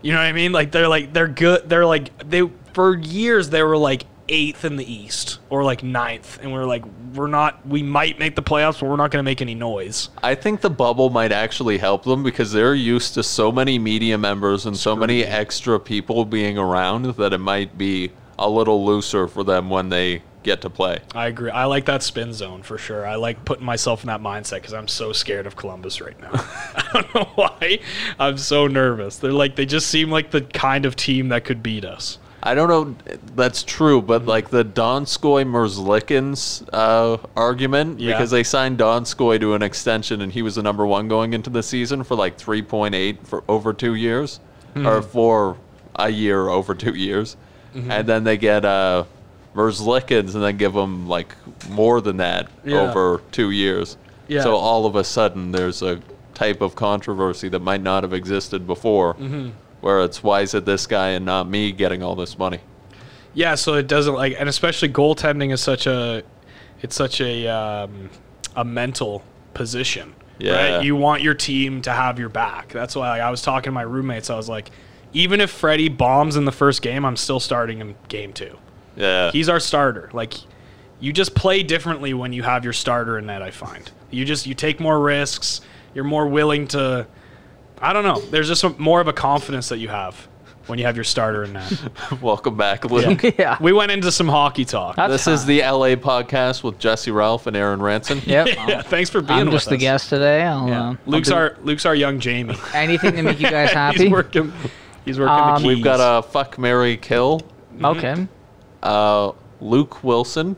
You know what I mean? Like they're like they're good. They're like they for years they were like eighth in the East or like ninth, and we are like we're not. We might make the playoffs, but we're not going to make any noise. I think the bubble might actually help them because they're used to so many media members and so many extra people being around that it might be a little looser for them when they get to play. I agree. I like that spin zone for sure. I like putting myself in that mindset because I'm so scared of Columbus right now. *laughs* I don't know why. I'm so nervous. They're like they just seem like the kind of team that could beat us. I don't know. That's true, Mm-hmm. but like the Donskoy Merzlikens uh, argument, Yeah. because they signed Donskoy to an extension, and he was the number one going into the season for like three point eight for over two years, or Mhm. for a year over two years, Mhm. and then they get uh, Merzlikens, and then give him like more than that Yeah. over two years. Yeah. So all of a sudden, there's a type of controversy that might not have existed before Mhm. where it's why is it this guy and not me getting all this money? Yeah, so it doesn't like, and especially goaltending is such a, it's such a, um, a mental position. Yeah. Right? You want your team to have your back. That's why like, I was talking to my roommates. I was like, even if Freddie bombs in the first game, I'm still starting him game two. Yeah. He's our starter. Like, you just play differently when you have your starter in net. I find you just you take more risks. You're more willing to. I don't know. There's just a, more of a confidence that you have when you have your starter in *laughs* net. *laughs* Welcome back, *laughs* Luke. yeah. We went into some hockey talk. this is the LA podcast with Jesse Ralph and Aaron Ranson. *laughs* Yep. *laughs* yeah, thanks for being I'm with just the us. guest today. I'll, uh, Luke's I'll do our Luke's our *laughs* young Jamie. anything to make you guys happy. *laughs* he's working. He's working the Um, keys. We've got a fuck Mary kill. *laughs* Okay. Uh, Luke Wilson.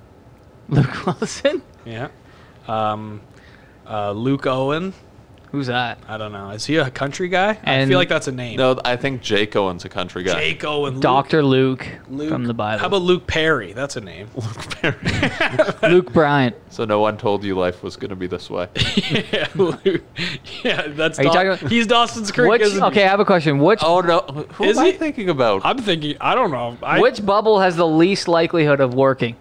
Luke Wilson. yeah. Um, uh, Luke Owen. Who's that? I don't know. Is he a country guy? I And- feel like that's a name. No, I think Jake Owen's a country guy. Jake Owen. Doctor Luke, Luke. from the Bible. How about Luke Perry? That's a name. Luke Bryant. So no one told you life was going to be this way. *laughs* yeah, Luke. yeah, that's. Are you Daw- talking about- he's Dawson's Creek. Which, isn't he? okay, I have a question. Which? *laughs* Oh no. Who Is am I he? thinking about? I'm thinking. I don't know. I, which bubble has the least likelihood of working?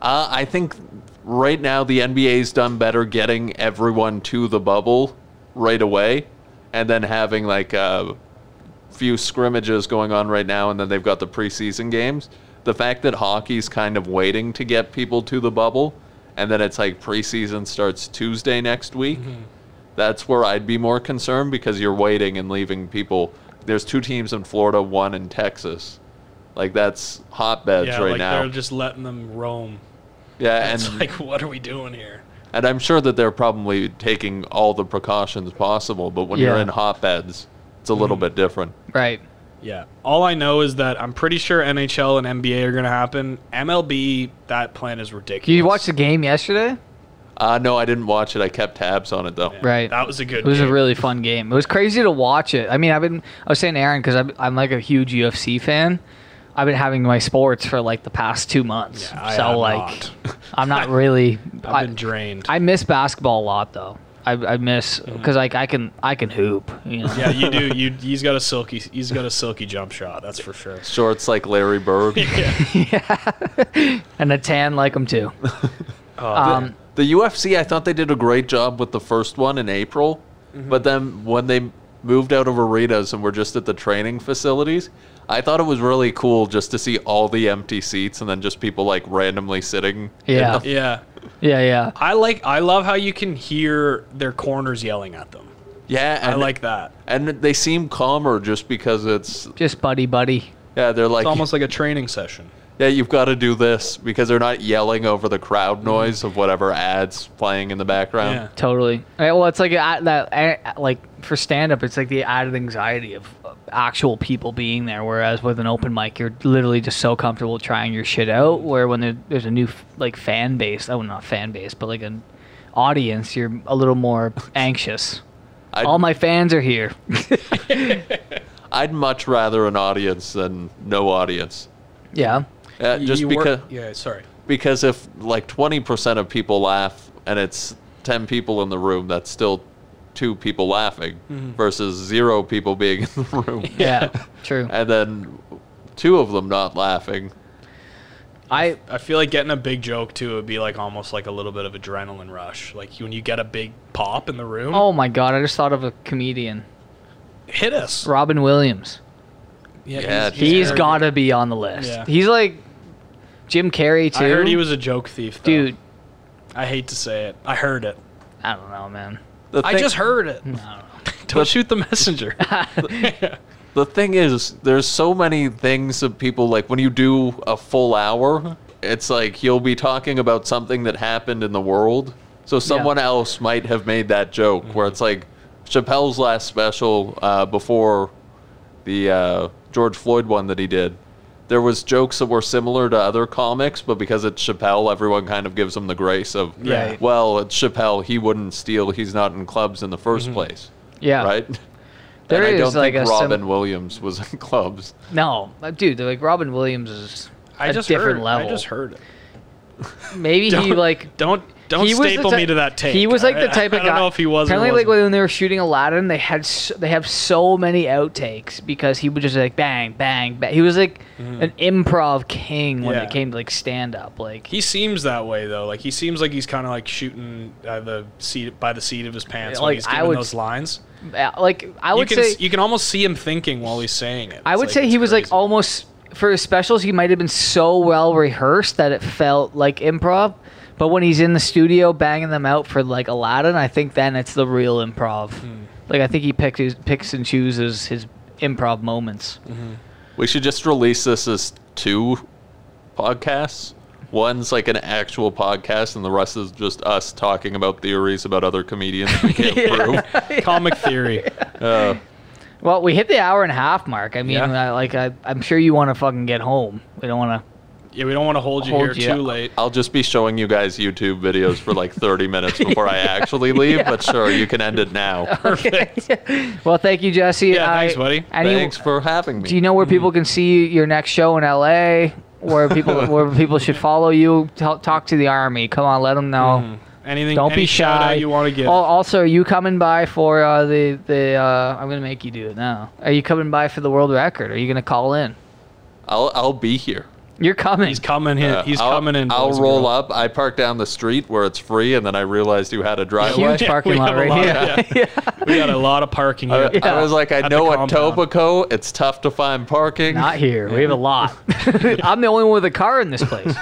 Uh, I think right now the NBA's done better getting everyone to the bubble right away, and then having like a few scrimmages going on right now, and then they've got the preseason games. The fact that hockey's kind of waiting to get people to the bubble, and then it's like preseason starts Tuesday next week. Mm-hmm. That's where I'd be more concerned because you're waiting and leaving people. There's two teams in Florida, one in Texas. Like that's hotbeds yeah, right like now. They're just letting them roam. Yeah, It's *laughs* and like, what are we doing here? and I'm sure that they're probably taking all the precautions possible, but when you're Yeah. Mm-hmm. in hotbeds, it's a little bit different. Right. Yeah. All I know is that I'm pretty sure NHL and NBA are going to happen. MLB, that plan is ridiculous. You watched the game yesterday? Uh, no, I didn't watch it. I kept tabs on it though. Right. That was a good It was game. a really fun game. It was crazy to watch it. I mean, I've been I was saying to Aaron because I'm, I'm like a huge UFC fan. I've been having my sports for like the past two months. Yeah, I so am like, I'm not really. *laughs* I've I- been drained. I miss basketball a lot though. I, I miss because like I can I can hoop. You know? Mm-hmm. yeah, you do. You he's got a silky he's got a silky jump shot. That's for sure. Shorts like Larry *laughs* Bird. and a tan like them *laughs* too. Oh, Um, the, the UFC, I thought they did a great job with the first one in April, Mm-hmm. but then when they moved out of arenas and were just at the training facilities, I thought it was really cool just to see all the empty seats and then just people like randomly sitting. in Yeah. the- Yeah. Yeah, yeah. I like I love how you can hear their corners yelling at them. yeah. I and- like that. and they seem calmer just because it's Just buddy buddy. yeah they're like It's almost like a training session. yeah you've got to do this because they're not yelling over the crowd noise of whatever ads playing in the background Mm-hmm. Yeah. Totally. Eh, Well, it's like uh, that. eh, Like for stand up, it's like the added anxiety of of actual people being there. Whereas with an open mic, you're literally just so comfortable trying your shit out. Where when there, there's a new f- like fan base, oh not fan base, but like an audience, you're a little more *laughs* anxious. I'd- All my fans are here. *laughs* i'd much rather an audience than no audience yeah. uh, just You work- because Yeah, sorry. because if like 20% of people laugh and it's 10 people in the room that's still two people laughing Mm-hmm. Mhm. versus zero people being in the *laughs* room Yeah. True. and then two of them not laughing I I feel like getting a big joke too would be like almost like a little bit of adrenaline rush. Like when you get a big pop in the room, Oh my god! I just thought of a comedian, hit us. Robin Williams. Yeah, He's gotta be on the list. Yeah. He's like Jim Carrey too. I heard he was uh, a joke thief, though. dude. I hate to say it. I heard it. I don't know, man. The I thing- just heard it. Mm. *laughs* Don't shoot *laughs* the messenger. The thing is, there's so many things that people like when you do a full hour, it's like you'll be talking about something that happened in the world. So someone else might have made that joke where it's like Chappelle's last special uh, before the uh, George Floyd one that he did. There was jokes that were similar to other comics, but because it's Chappelle, everyone kind of gives him the grace of, Right. well, it's Chappelle. He wouldn't steal. He's not in clubs in the 1st place. Yeah. Right. There and I is, don't like, think a sim- Robin Williams was in *laughs* clubs. No, uh, dude, like Robin Williams is I a just different heard, level. I just heard. it. Maybe he Don't- like don't don't he was the staple ti- me to that take. He was like the *laughs* I- type of I don't guy. know if he was. or Apparently, like wasn't. when they were shooting Aladdin, they had so, they have so many outtakes because he would just like bang, bang, bang. He was like an improv king when Mm-hmm. Yeah. it came to like stand up. Like He seems that way though. Like he seems like he's kind of like shooting uh, the seat by the seat of his pants when Like, he's I giving would- those lines. uh, like I would you can, say s- you can almost see him thinking while he's saying it. I would say he was like almost for his specials. He might have been so well rehearsed that it felt like improv. But when he's in the studio banging them out for like Aladdin, I think then it's the real improv. Hmm. Like I think he picks his, picks and chooses his improv moments. Mm-hmm. We should just release this as two podcasts. One's like an actual podcast, and the rest is just us talking about theories about other comedians *laughs* we can't prove. Comic theory. Uh, Well, we hit the hour and a half mark. I mean, Yeah. I, like I, I'm sure you want to fucking get home. We don't want Yeah, we don't want to hold you you Hold here here you. too late. I'll just be showing you guys YouTube videos for like 30 minutes before *laughs* I actually leave, but sure, you can end it now. to. Well, thank you, Jesse. Yeah, thanks, buddy. Thanks for having me. Do you know where people can see your next show in LA? Where people where people should follow you? Tell talk to the army. Come on, let them know. Anything? Don't any be shout shy. out you want to give? Al- Also, are you coming by for uh, the the? Uh, I'm gonna make you do it now. Are you coming by for the world record? Are you gonna call in? I'll, I'll be here. Uh, You're coming. He's coming in. He's I'll, coming in. I'll boys and roll girls. up. I park down the street where it's free, and then I realized you had a driveway. *laughs* Huge parking We lot have a right lot here. *laughs* Uh, of- yeah. we got a lot of parking I, here. I was like, I At the know at compound. Topico, it's tough to find parking. Not here. We have a lot. I'm the only one with a car in this place.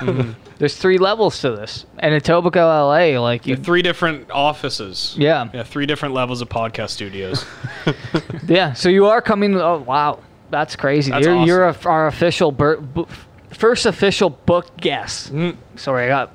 There's three levels to this, and in Etobicoke, LA, like you. Three different offices. Yeah. Yeah. Three different levels of podcast studios. Yeah. So you are coming. Oh wow, that's crazy. That's you're awesome. you're a, our official bur- bu- first official book guest. Sorry, I *laughs* got.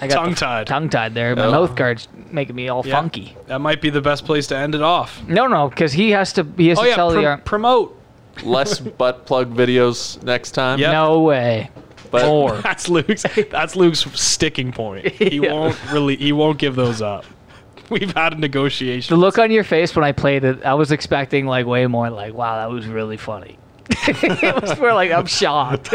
I got Mm. Tongue tied. Tongue tied there. My Oh. mouth guard's making me all Yeah. funky. That might be the best place to end it off. No, no, because he has to. He has Oh to yeah, tell prom- the. ar- promote. *laughs* Less butt plug videos next time. No way. But- *laughs* More. That's Luke's. That's Luke's sticking point. *laughs* He won't really. He won't give those up. We've had a negotiation. The look on your face when I played it, I was expecting like way more. Like, wow, that was really funny. *laughs* it was more like *laughs* I'm shocked.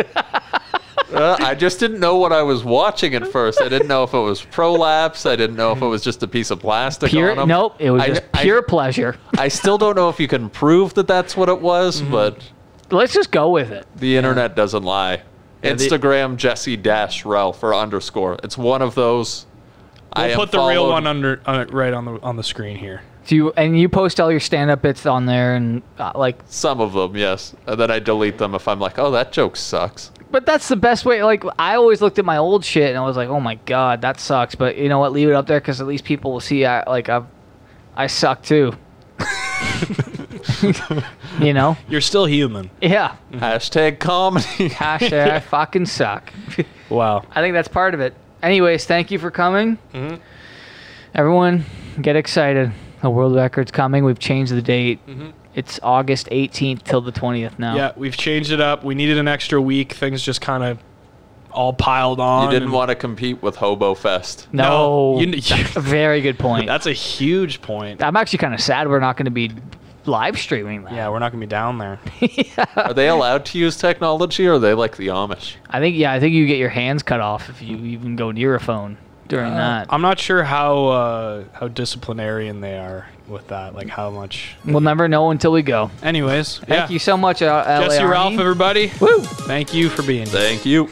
Uh, I just didn't know what I was watching at first. I didn't know if it was prolapse. I didn't know if it was just a piece of plastic Pure. on um, 'em. Nope. It was I- just I- pure pleasure. I still don't know if you can prove that that's what it was, Mm-hmm. but Let's just go with it. the internet doesn't lie. Yeah, the- Instagram Jesse dash Ralph or underscore. It's one of those. We'll am put the real followed- one under uh, right on the on the screen here. Do you and you post all your stand-up bits on there and uh, like Some of them, yes. And then I delete them if I'm like, oh, that joke sucks. But that's the best way. Like I always looked at my old shit and I was like, "Oh my god, that sucks." But you know what? Leave it up there because at least people will see. I like I, I suck too. *laughs* you know? You're still human. *laughs* Yeah. Hashtag comedy. Hashtag I fucking suck. Wow. *laughs* I think that's part of it. Mm-hmm. Anyways, thank you for coming. Mhm. Everyone, get excited. The world record's coming. We've changed the date. It's August 18th till the 20th now. Yeah, we've changed it up. We needed an extra week. Things just kind of all piled on. You didn't and- want to compete with Hobo Fest. No. No, you- That's a very good point. That's a huge point. I'm actually kind of sad we're not going to be live streaming that. Yeah, we're not gonna be down there. Are they allowed to use technology or are they like the Amish? I think yeah, I think you get your hands cut off if you even go near a phone during Uh, that. I'm not sure how uh, how disciplinarian they are with that. Like how much. We'll never know until we go. Anyways, Thank yeah. you so much, uh, LA Jesse Ralph, Army. everybody. Woo! Thank you for being here. Thank you.